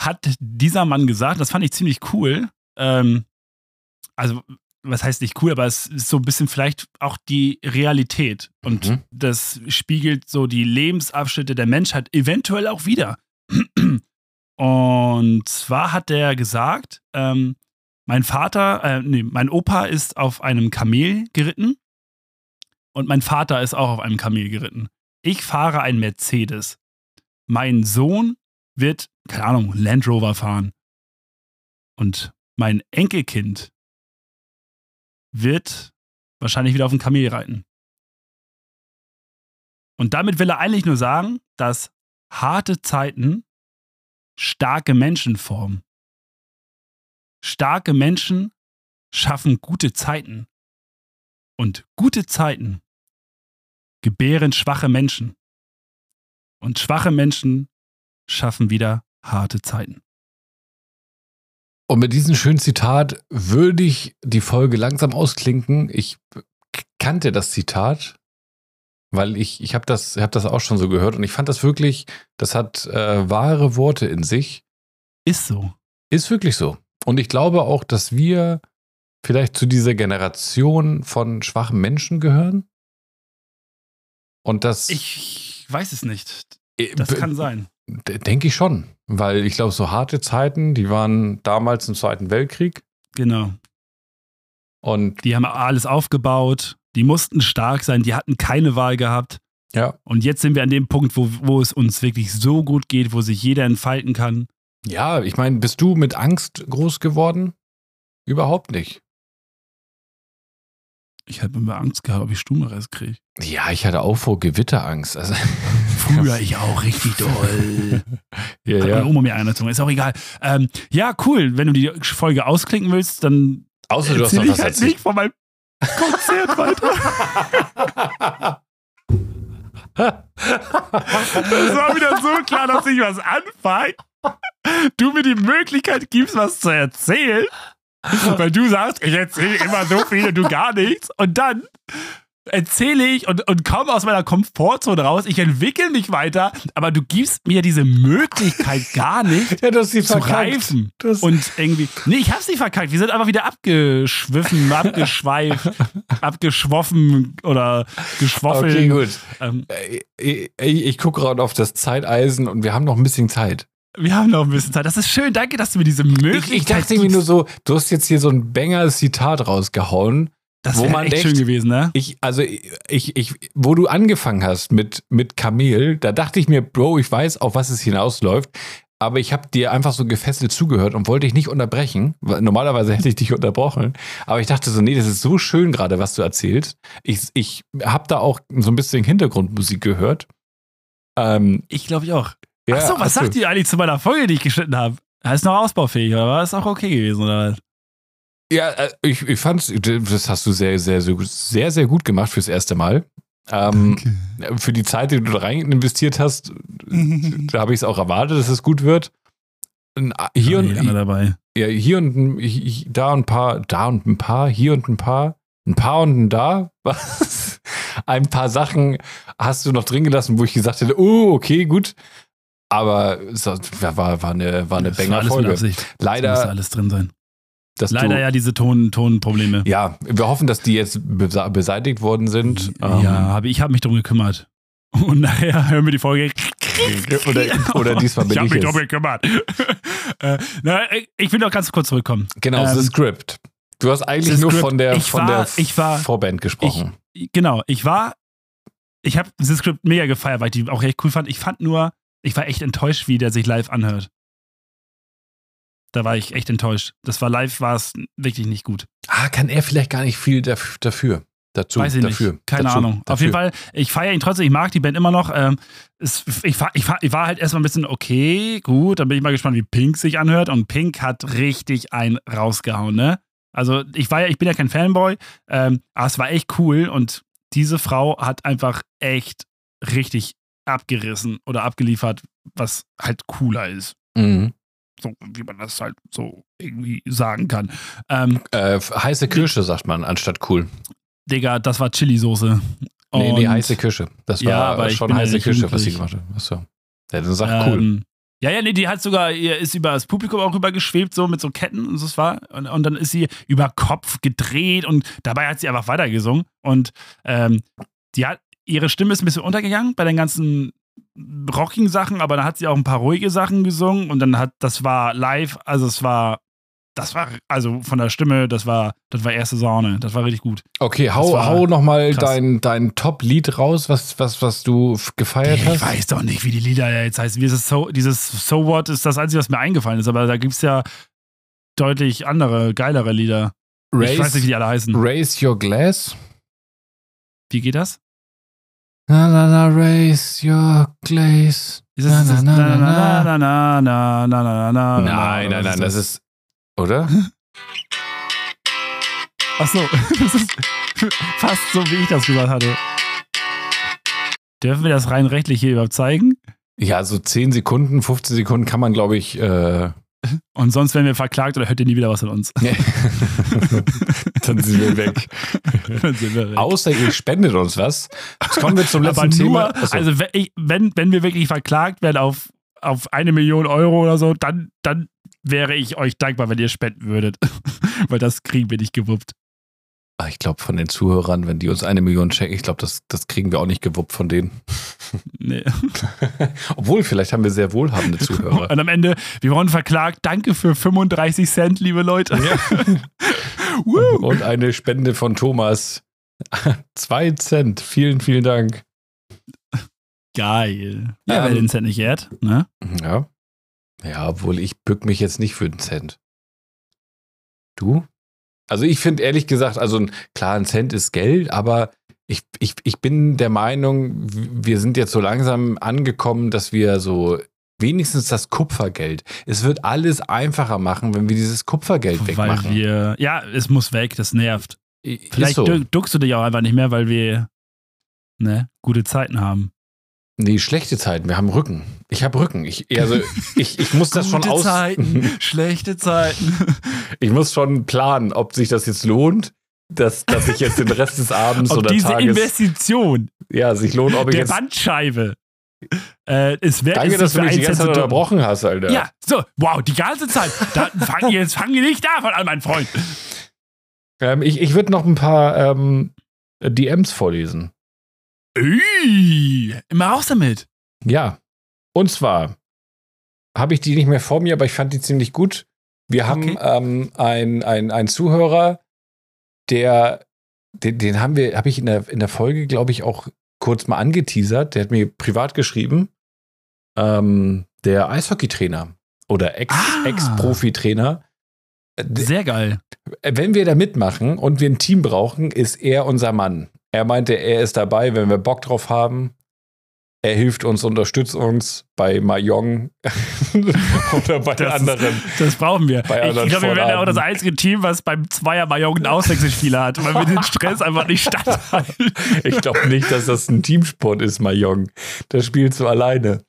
S1: hat dieser Mann gesagt, das fand ich ziemlich cool. Ähm, also, was heißt nicht cool, aber es ist so ein bisschen vielleicht auch die Realität. Und
S2: Mhm.
S1: das spiegelt so die Lebensabschnitte der Menschheit eventuell auch wieder. Und zwar hat er gesagt, ähm, mein Vater, äh, nee, mein Opa ist auf einem Kamel geritten und mein Vater ist auch auf einem Kamel geritten. Ich fahre ein Mercedes. Mein Sohn wird, keine Ahnung, Land Rover fahren. Und mein Enkelkind wird wahrscheinlich wieder auf dem Kamel reiten. Und damit will er eigentlich nur sagen, dass harte Zeiten starke Menschen formen. Starke Menschen schaffen gute Zeiten. Und gute Zeiten gebären schwache Menschen. Und schwache Menschen schaffen wieder harte Zeiten.
S2: Und mit diesem schönen Zitat würde ich die Folge langsam ausklinken. Ich k- kannte das Zitat, weil ich, ich habe das, hab das auch schon so gehört und ich fand das wirklich, das hat äh, wahre Worte in sich.
S1: Ist so.
S2: Ist wirklich so. Und ich glaube auch, dass wir vielleicht zu dieser Generation von schwachen Menschen gehören? Und das
S1: Ich weiß es nicht.
S2: äh,
S1: Das
S2: b-
S1: kann sein.
S2: d- denke ich schon, weil ich glaube, so harte Zeiten, die waren damals im Zweiten Weltkrieg
S1: Genau.
S2: und
S1: Die haben alles aufgebaut. Die mussten stark sein. Die hatten keine Wahl gehabt.
S2: ja,
S1: Und jetzt sind wir an dem Punkt, wo, wo es uns wirklich so gut geht, wo sich jeder entfalten kann.
S2: ja, ich meine, bist du mit Angst groß geworden? Überhaupt nicht.
S1: Ich hatte immer Angst gehabt, ob ich Stumeres kriege.
S2: Ja, ich hatte auch vor Gewitterangst. Also,
S1: Früher ich auch richtig doll.
S2: ja,
S1: Hat meine Oma mir einerzogen. Ist auch egal. Ähm, ja, cool. Wenn du die Folge ausklinken willst, dann
S2: Außer du hast
S1: erzähl
S2: noch
S1: ich
S2: was
S1: halt
S2: erzählt.
S1: nicht von meinem Konzert weiter. Das war wieder so klar, dass ich was anfange. Du mir die Möglichkeit gibst, was zu erzählen. Weil du sagst, ich erzähle immer so viel und du gar nichts. Und dann erzähle ich und, und komme aus meiner Komfortzone raus. Ich entwickle mich weiter, aber du gibst mir diese Möglichkeit gar nicht
S2: Ja, du hast die
S1: zu
S2: verkauft.
S1: reifen.
S2: Das-
S1: Und irgendwie. Nee, ich hab's nicht verkackt. Wir sind einfach wieder abgeschwiffen, abgeschweift, abgeschwoffen oder geschwoffelt.
S2: Okay, gut.
S1: Ähm,
S2: Äh, Ich, ich gucke gerade auf das Zeiteisen und wir haben noch ein bisschen Zeit.
S1: wir haben noch ein bisschen Zeit. Das ist schön. Danke, dass du mir diese
S2: Ich,
S1: Möglichkeit
S2: ich dachte irgendwie
S1: gibst.
S2: nur so, du hast jetzt hier so ein Banger-Zitat rausgehauen.
S1: das
S2: wo
S1: wär
S2: man
S1: echt,
S2: echt-
S1: schön gewesen, ne?
S2: Ich, also, ich, ich, wo du angefangen hast mit, mit Kamel, da dachte ich mir, Bro, ich weiß, auf was es hinausläuft. Aber ich habe dir einfach so gefesselt zugehört und wollte dich nicht unterbrechen. weil Normalerweise hätte ich dich unterbrochen. Aber ich dachte so, nee, das ist so schön gerade, was du erzählst. Ich, ich habe da auch so ein bisschen Hintergrundmusik gehört. Ähm,
S1: Ich glaube ich auch.
S2: ja,
S1: Achso, was
S2: hast du-
S1: sagt ihr eigentlich zu meiner Folge, die ich geschnitten habe? Ist noch ausbaufähig, oder war es auch okay gewesen, oder? was?
S2: Ja, äh, ich, ich fand's, das hast du sehr, sehr, sehr, sehr, sehr gut gemacht fürs erste Mal. Ähm, für die Zeit, die du da rein investiert hast,
S1: Mhm.
S2: da habe ich es auch erwartet, dass es gut wird. Ein- Hier
S1: War jeder
S2: und,
S1: dabei.
S2: ja, hier und ein- hi- hi- da und ein paar, da und ein paar, hier und ein paar, ein paar und ein da. Was? Ein paar Sachen hast du noch drin gelassen, wo ich gesagt hätte, oh, okay, gut. Aber es war, war war eine, war eine
S1: Das war alles mit
S2: Banger-Folge.
S1: Absicht. Da muss
S2: Leider,
S1: alles drin sein.
S2: dass du,
S1: Leider ja diese Ton Tonprobleme.
S2: Ja, wir hoffen, dass die jetzt besa- beseitigt worden sind. Ähm,
S1: ja, habe ich habe mich drum gekümmert. Und nachher hören wir die Folge.
S2: Oder- oder diesmal bin
S1: ich.
S2: ich
S1: habe mich
S2: es.
S1: drum gekümmert. äh, na, ich- ich will noch ganz kurz zurückkommen.
S2: Genau,
S1: Ähm,
S2: The Script. Du hast eigentlich
S1: The
S2: nur
S1: Script.
S2: von der,
S1: Ich
S2: von
S1: war-
S2: der
S1: ich war-
S2: Vorband gesprochen.
S1: Genau, ich war, ich habe The Script mega gefeiert, weil ich die auch echt cool fand. Ich fand nur, ich war echt enttäuscht, wie der sich live anhört. Da war ich echt enttäuscht. Das war live, war es wirklich nicht gut.
S2: ah, kann er vielleicht gar nicht viel daf- dafür. Dazu,
S1: Weiß ich
S2: dafür.
S1: nicht. Keine
S2: dazu,
S1: Ahnung.
S2: Dafür.
S1: Auf jeden Fall, ich feiere ihn trotzdem, ich mag die Band immer noch. Ähm, es, ich, fa- ich, fa- ich war halt erstmal ein bisschen, okay, gut, dann bin ich mal gespannt, wie Pink sich anhört. Und Pink hat richtig einen rausgehauen, ne? Also ich war ja, ich bin ja kein Fanboy, ähm, aber es war echt cool und diese Frau hat einfach echt richtig abgerissen oder abgeliefert, was halt cooler ist.
S2: Mhm.
S1: So, wie man das halt so irgendwie sagen kann. Ähm,
S2: Äh, f- heiße Kirsche, sagt man, anstatt cool.
S1: Digga, das war Chili-Soße.
S2: Nee, nee,
S1: Und-
S2: heiße Kirsche. Das war
S1: Ja, aber ich
S2: schon
S1: bin ja
S2: heiße
S1: nicht
S2: Kirsche, was sie
S1: jugendlich.
S2: gemacht hat. Achso. Ja, dann sag cool.
S1: Ähm, ja, ja, nee, die hat sogar, ihr ist über das Publikum auch rübergeschwebt, so mit so Ketten und so es war. Und, und dann ist sie über Kopf gedreht und dabei hat sie einfach weitergesungen. Und ähm, die hat, ihre Stimme ist ein bisschen untergegangen bei den ganzen rockigen Sachen, aber dann hat sie auch ein paar ruhige Sachen gesungen und dann hat, das war live, also es war, das war, also von der Stimme, das war, das war erste Saune, das war richtig gut.
S2: Okay,
S1: das
S2: hau,
S1: war
S2: hau nochmal
S1: krass.
S2: dein, dein Top-Lied raus, was, was, was du f- gefeiert
S1: Ich
S2: hast.
S1: weiß doch nicht, wie die Lieder ja jetzt heißen. Wie ist es so, dieses So What ist das Einzige, was mir eingefallen ist, aber da gibt es ja deutlich andere, geilere Lieder. Ich weiß nicht, wie
S2: Raise,
S1: die alle heißen.
S2: raise Your Glass.
S1: Wie geht das?
S2: Na na na, raise your glaze.
S1: Ist das
S2: Na,
S1: das-
S2: na,
S1: na,
S2: na,
S1: na, na, na, na, na, na, na, na,
S2: Ah, Nein,
S1: na,
S2: nein,
S1: was
S2: nein, das ist. Oder?
S1: Ach so, das ist fast so, wie ich das gesagt hatte. Dürfen wir das rein rechtlich hier überhaupt zeigen?
S2: Ja, so 10 Sekunden, 15 Sekunden kann man, glaube ich. Äh,
S1: Und sonst werden wir verklagt oder hört ihr nie wieder was von uns.
S2: dann sind wir weg.
S1: Dann sind wir weg.
S2: Außer ihr spendet uns was. Jetzt kommen wir zum letzten
S1: aber
S2: Thema.
S1: nur,
S2: Achso.
S1: also wenn, ich, wenn, wenn wir wirklich verklagt werden auf, auf eine Million Euro oder so, dann, dann wäre ich euch dankbar, wenn ihr spenden würdet. weil das kriegen wir nicht gewuppt.
S2: Ah, Ich glaube, von den Zuhörern, wenn die uns eine Million schenken, ich glaube, das, das kriegen wir auch nicht gewuppt von denen.
S1: Nee.
S2: Obwohl, vielleicht haben wir sehr wohlhabende Zuhörer.
S1: Und am Ende, wir wurden verklagt. Danke für 35 Cent, liebe Leute. Woo.
S2: Und eine Spende von Thomas. Zwei Cent. Vielen, vielen Dank.
S1: Geil. Ja, wer
S2: Ähm.
S1: den Cent nicht ehrt, ne?
S2: Ja. Ja, obwohl ich bück mich jetzt nicht für einen Cent. Du? Also ich finde ehrlich gesagt, also ein, klar, ein Cent ist Geld, aber ich, ich, ich bin der Meinung, w- wir sind jetzt so langsam angekommen, dass wir so wenigstens das Kupfergeld. Es wird alles einfacher machen, wenn wir dieses Kupfergeld
S1: Weil
S2: wegmachen.
S1: wir, ja, es muss weg, das nervt.
S2: I- ist
S1: Vielleicht
S2: so.
S1: du- duckst du dich auch einfach nicht mehr, weil wir, ne, gute Zeiten haben.
S2: Nee, schlechte Zeiten. Wir haben Rücken. Ich habe Rücken. Ich, also, ich, ich muss das schon
S1: gute
S2: aus.
S1: Zeiten, schlechte Zeiten.
S2: Ich muss schon planen, ob sich das jetzt lohnt, dass, dass ich jetzt den Rest des Abends
S1: Ob
S2: oder
S1: diese
S2: Tages.
S1: Investition
S2: ja, sich lohnt, ob ich
S1: der
S2: jetzt.
S1: Bandscheibe, äh, es wert
S2: Danke,
S1: ist,
S2: dass
S1: sich
S2: du
S1: für
S2: mich
S1: einen Cent
S2: die ganze Zeit
S1: zu ducken.
S2: unterbrochen hast, Alter.
S1: Ja, so, wow, die ganze Zeit. Da, fang, jetzt fangen wir nicht davon an, mein Freund.
S2: Ähm, ich ich würde noch ein paar ähm, DMs vorlesen.
S1: Ui, immer raus damit.
S2: Ja. Und zwar habe ich die nicht mehr vor mir, aber ich fand die ziemlich gut. Wir haben
S1: Okay.
S2: ähm, einen ein Zuhörer, der, den, den haben wir, habe ich in der, in der Folge, glaube ich, auch kurz mal angeteasert. Der hat mir privat geschrieben, ähm, der Eishockeytrainer oder Ex-
S1: Ah.
S2: Ex-Profi-Trainer. Äh, D-
S1: Sehr geil.
S2: wenn wir da mitmachen und wir ein Team brauchen, ist er unser Mann. Er meinte, er ist dabei, wenn wir Bock drauf haben. Er hilft uns, unterstützt uns bei Mahjong oder bei
S1: Das ist-
S2: anderen.
S1: Das brauchen wir.
S2: Bei
S1: ich
S2: anderen
S1: ich glaube, wir werden ja auch das
S2: Sportarten.
S1: einzige Team, was beim Zweier Bayongen einen Auswechselspieler hat, weil wir den Stress einfach nicht standhalten.
S2: Ich glaube nicht, dass das ein Teamsport ist, Mahjong. Das spielst du alleine.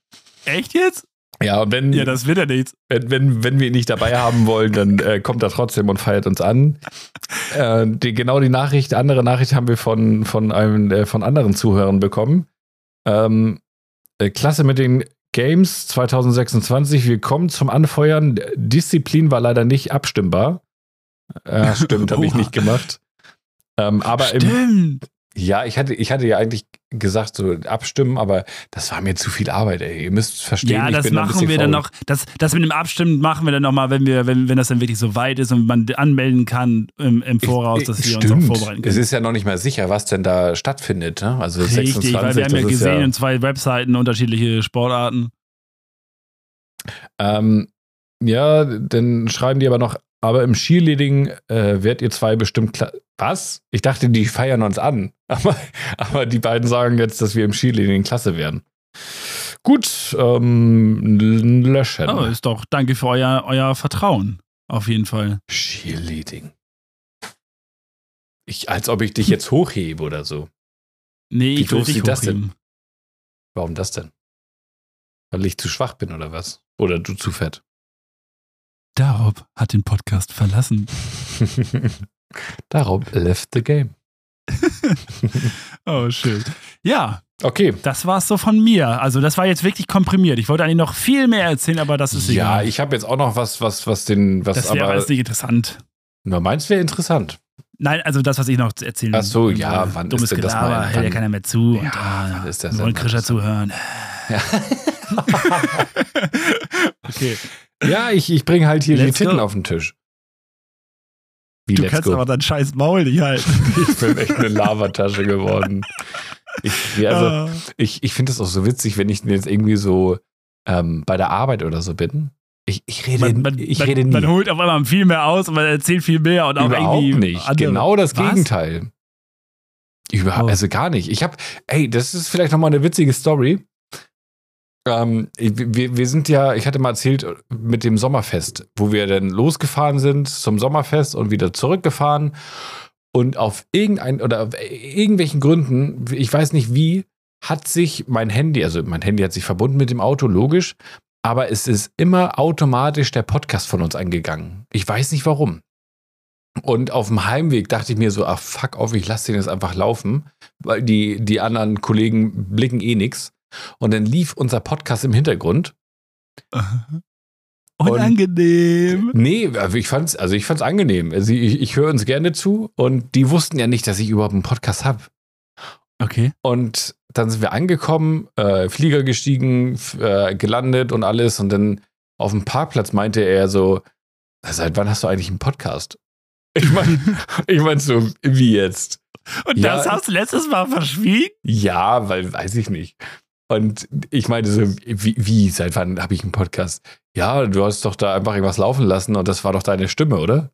S1: Echt jetzt?
S2: Ja, und wenn,
S1: Ja, das wird ja nichts.
S2: wenn, wenn, wenn wir ihn nicht dabei haben wollen, dann äh, kommt er trotzdem und feiert uns an. Äh, die, genau die Nachricht, andere Nachricht haben wir von, von, einem, äh, von anderen Zuhörern bekommen. Ähm, äh, Klasse mit den Games 2026. Wir kommen zum Anfeuern. Disziplin war leider nicht abstimmbar. Äh, stimmt, habe ich
S1: Oha.
S2: nicht gemacht. Ähm, aber im,
S1: Stimmt.
S2: ja, ich hatte, ich hatte ja eigentlich gesagt, so abstimmen, aber das war mir zu viel Arbeit, ey. Ihr müsst verstehen,
S1: ja,
S2: ich
S1: das
S2: bin da ein
S1: machen
S2: bisschen
S1: wir dann
S2: faul.
S1: noch. Das, das mit dem Abstimmen machen wir dann nochmal, wenn, wir, wenn, wenn das dann wirklich so weit ist und man anmelden kann im, im Voraus,
S2: Ich-
S1: dass
S2: ich-
S1: wir
S2: stimmt.
S1: uns auch vorbereiten
S2: Es
S1: können.
S2: ist ja noch nicht mal sicher, was denn da stattfindet. Ne? Also
S1: Richtig,
S2: 26,
S1: weil wir haben ja
S2: das ist
S1: gesehen in zwei Webseiten unterschiedliche Sportarten.
S2: Ja, ähm, ja, dann schreiben die aber noch, aber im Cheerleading äh, werdet ihr zwei bestimmt klar. Was? Ich dachte, die feiern uns an. Aber, aber die beiden sagen jetzt, dass wir im Cheerleading klasse werden. Gut, ähm, löschen.
S1: Aber Oh, ist doch, danke für euer, euer Vertrauen. Auf jeden Fall.
S2: Cheerleading. Ich, als ob ich dich jetzt hochhebe oder so.
S1: Nee,
S2: Wie
S1: ich will
S2: groß
S1: dich
S2: sieht das denn?
S1: hochheben.
S2: Warum das denn? Weil ich zu schwach bin oder was? Oder du zu fett?
S1: Darob hat den Podcast verlassen.
S2: Darob left the game.
S1: Oh, schön. Ja,
S2: Okay.
S1: Das war's so von mir. Also, das war jetzt wirklich komprimiert. Ich wollte eigentlich noch viel mehr erzählen, aber das ist
S2: Ja,
S1: egal.
S2: ich habe jetzt auch noch was, was, was den, was
S1: das wäre
S2: aber.
S1: alles nicht interessant.
S2: Nur meins wäre interessant.
S1: Nein, also das, was ich noch erzählen
S2: Ach so, ja,
S1: will.
S2: wann ist
S1: Dummes
S2: denn das
S1: Gelaber,
S2: mal?
S1: hält ja
S2: Wann-
S1: keiner mehr zu.
S2: Ja,
S1: und, ah,
S2: wann ist das
S1: wir wollen
S2: denn?
S1: Krischer zuhören.
S2: Ja,
S1: Okay,
S2: ja ich, ich bringe halt hier
S1: Let's
S2: die Titten
S1: go.
S2: auf den Tisch. Wie
S1: du
S2: let's
S1: kannst
S2: go?
S1: aber dein scheiß Maul nicht halten.
S2: ich bin echt eine Lavatasche geworden. Ich, ja, also,
S1: Ah.
S2: ich, ich finde das auch so witzig, wenn ich jetzt irgendwie so ähm, bei der Arbeit oder so bin. Ich, ich rede,
S1: man, man,
S2: ich
S1: man,
S2: rede nie.
S1: man holt auf einmal viel mehr aus und man erzählt viel mehr und auch
S2: Überhaupt
S1: irgendwie
S2: nicht.
S1: andere-
S2: Genau das
S1: Was?
S2: Gegenteil. Überhaupt,
S1: Oh.
S2: also gar nicht. Ich habe, ey, das ist vielleicht nochmal eine witzige Story. Ähm, ich- wir, wir sind ja, ich hatte mal erzählt, mit dem Sommerfest, wo wir dann losgefahren sind zum Sommerfest und wieder zurückgefahren. Und auf irgendein oder auf irgendwelchen Gründen, ich weiß nicht wie, hat sich mein Handy, also mein Handy hat sich verbunden mit dem Auto, logisch, aber es ist immer automatisch der Podcast von uns angegangen. Ich weiß nicht warum. Und auf dem Heimweg dachte ich mir so, ach fuck auf, ich lasse den jetzt einfach laufen, weil die, die anderen Kollegen blicken eh nix. Und dann lief unser Podcast im Hintergrund
S1: Unangenehm.
S2: Nee, also ich fand's, also ich fand's angenehm. Also ich, ich höre uns gerne zu und die wussten ja nicht, dass ich überhaupt einen Podcast habe.
S1: Okay.
S2: Und dann sind wir angekommen, äh, Flieger gestiegen, f- äh, gelandet und alles. Und dann auf dem Parkplatz meinte er so, seit wann hast du eigentlich einen Podcast? Ich meine, ich mein so, wie jetzt?
S1: Und
S2: Ja.
S1: das hast du letztes Mal verschwiegen?
S2: Ja, weil weiß ich nicht. Und ich meine so, wie, wie seit wann habe ich einen Podcast? Ja, du hast doch da einfach irgendwas laufen lassen und das war doch deine Stimme, oder?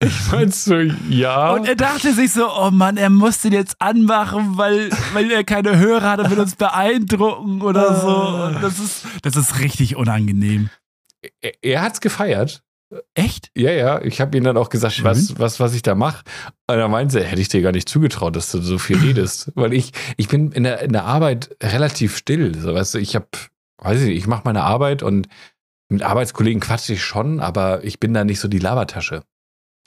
S2: Ich meine so, ja.
S1: Und er dachte sich so, oh Mann, er muss den jetzt anmachen, weil, weil er keine Hörer hat und will uns beeindrucken oder so.
S2: Ah.
S1: Und das ist, das ist richtig unangenehm.
S2: er, er hat's gefeiert.
S1: Echt?
S2: Ja, ja, ich habe ihm dann auch gesagt,
S1: Schön.
S2: was, was, was ich da mache. Und er meinte, hätte ich dir gar nicht zugetraut, dass du so viel redest. Weil ich, ich bin in der, in der Arbeit relativ still. So, weißt du, ich habe, weiß ich nicht, ich mache meine Arbeit und mit Arbeitskollegen quatsche ich schon, aber ich bin da nicht so die Labertasche.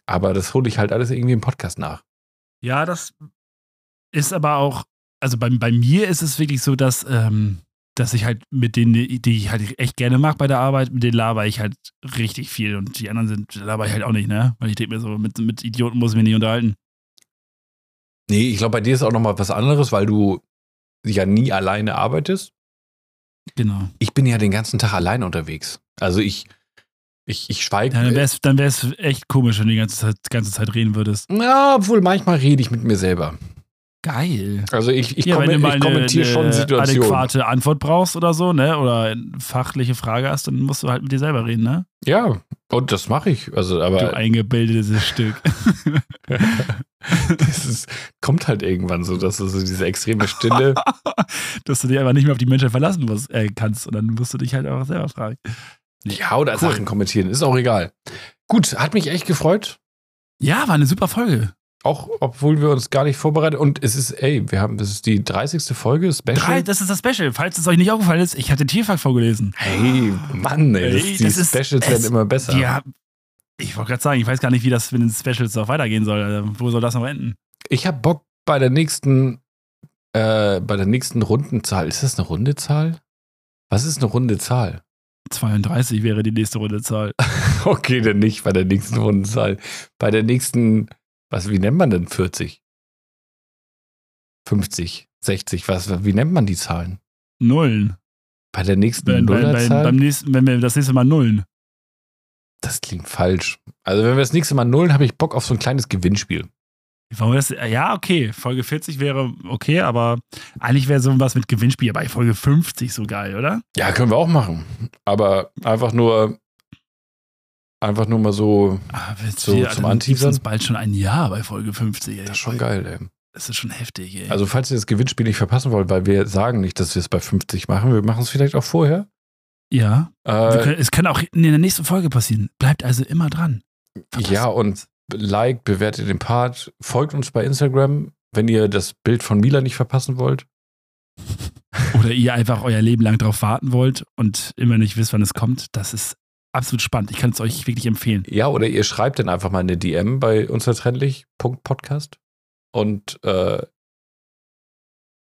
S2: Aber das hole ich halt alles irgendwie im Podcast nach.
S1: Ja, das ist aber auch, also bei, bei mir ist es wirklich so, dass, ähm, dass ich halt mit denen, die ich halt echt gerne mag bei der Arbeit, mit denen laber ich halt richtig viel und die anderen sind, laber ich halt auch nicht, ne? Weil ich denke mir so, mit, mit Idioten muss ich mich nicht unterhalten.
S2: Nee, ich glaube, bei dir ist auch nochmal was anderes, weil du ja nie alleine arbeitest.
S1: Genau.
S2: Ich bin ja den ganzen Tag alleine unterwegs. Also ich, ich, ich schweige.
S1: Ja, dann wäre es dann wär's echt komisch, wenn du die ganze Zeit, ganze Zeit reden würdest.
S2: ja, obwohl manchmal rede ich mit mir selber.
S1: Geil.
S2: Also ich, ich,
S1: ja, wenn
S2: komme,
S1: du mal
S2: ich kommentiere
S1: eine,
S2: schon
S1: eine
S2: Situationen.
S1: adäquate Antwort brauchst oder so, ne? Oder eine fachliche Frage hast, dann musst du halt mit dir selber reden, ne?
S2: Ja, und das mache ich. Also,
S1: Du
S2: aber
S1: eingebildetes Stück.
S2: das ist, kommt halt irgendwann so, dass du so diese extreme Stille.
S1: dass du dich einfach nicht mehr auf die Menschen verlassen musst, äh, kannst. Und dann musst du dich halt auch selber fragen.
S2: ja, oder
S1: Cool.
S2: Sachen kommentieren, ist auch egal. Gut, hat mich echt gefreut.
S1: Ja, war eine super Folge.
S2: Auch obwohl wir uns gar nicht vorbereitet und es ist, ey, wir haben, das ist die 30. Folge, Special.
S1: Drei, das ist das Special. Falls es euch nicht aufgefallen ist, ich hatte Tierfakt vorgelesen.
S2: hey, Mann, ey, das,
S1: Ey,
S2: die
S1: das ist-
S2: Specials
S1: es-
S2: werden immer besser.
S1: Ja, ich wollte gerade sagen, ich weiß gar nicht, wie das mit den Specials noch weitergehen soll. Also, wo soll das noch enden?
S2: Ich habe Bock bei der nächsten, äh, bei der nächsten Rundenzahl. Ist das eine runde Zahl? Was ist eine runde Zahl?
S1: 32 wäre die nächste Runde Zahl.
S2: Okay, dann nicht bei der nächsten Rundenzahl. Bei der nächsten, was, wie nennt man denn 40? 50, 60, was, wie nennt man die Zahlen?
S1: Nullen.
S2: Bei der nächsten
S1: Bei, bei, bei,
S2: Nullerzahl?
S1: beim nächsten, wenn wir das nächste Mal nullen.
S2: das klingt falsch. Also, wenn wir das nächste Mal nullen, habe ich Bock auf so ein kleines Gewinnspiel.
S1: Wollen wir das, äh, ja, okay. Folge 40 wäre okay, aber eigentlich wäre sowas mit Gewinnspiel bei Folge 50 so geil, oder?
S2: Ja, können wir auch machen. Aber einfach nur, einfach nur mal so,
S1: Ah, willst
S2: So,
S1: du-
S2: zum
S1: dann gibt's
S2: Anteasern?
S1: uns bald schon ein Jahr bei Folge 50. Ey.
S2: das ist schon geil, ey.
S1: Das ist schon heftig, ey.
S2: Also, falls ihr das Gewinnspiel nicht verpassen wollt, weil wir sagen nicht, dass wir es bei 50 machen, wir machen es vielleicht auch vorher.
S1: ja, wir
S2: Äh,
S1: können, es kann auch in der nächsten Folge passieren. Bleibt also immer dran. Verpasst
S2: Ja, und liked, bewertet den Part, folgt uns bei Instagram, wenn ihr das Bild von Mila nicht verpassen wollt.
S1: Oder ihr einfach euer Leben lang drauf warten wollt und immer nicht wisst, wann es kommt. Das ist absolut spannend. Ich kann es euch wirklich empfehlen.
S2: Ja, oder ihr schreibt dann einfach mal eine DM bei unzertrennlich.podcast und äh,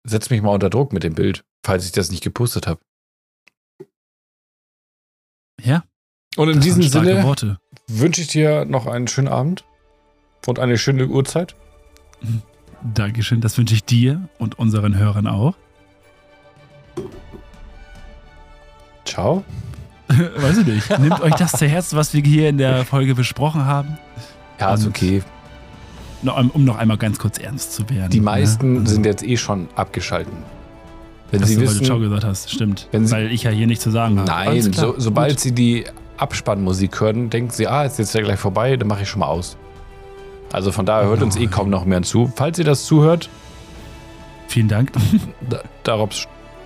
S2: setzt mich mal unter Druck mit dem Bild, falls ich das nicht gepostet habe.
S1: Ja.
S2: Und in
S1: Das
S2: diesem
S1: waren starke
S2: Sinne
S1: Worte.
S2: wünsche ich dir noch einen schönen Abend und eine schöne Uhrzeit.
S1: Dankeschön. Das wünsche ich dir und unseren Hörern auch.
S2: Ciao.
S1: Weiß ich nicht. Nehmt euch das zu Herzen, was wir hier in der Folge besprochen haben.
S2: Ja, ist
S1: Und-
S2: okay.
S1: Noch, um noch einmal ganz kurz ernst zu werden.
S2: Die
S1: ne?
S2: meisten sind jetzt eh schon abgeschalten. Wenn
S1: Dass
S2: sie
S1: du
S2: wissen,
S1: heute Ciao gesagt hast, stimmt.
S2: Wenn Sie-
S1: weil ich ja hier nicht zu sagen habe.
S2: Nein,
S1: Alles klar.
S2: so, sobald sie die Abspannmusik hören, denken sie, ah, ist jetzt ja gleich vorbei, dann mache ich schon mal aus. Also von daher hört uns eh kaum noch mehr zu. Falls ihr das zuhört,
S1: Gut. Vielen Dank.
S2: da, darob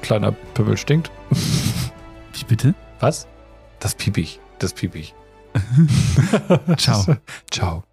S2: kleiner Pimmel stinkt.
S1: Wie bitte?
S2: Was? Das piep ich. Das piep ich.
S1: Ciao.
S2: Ciao.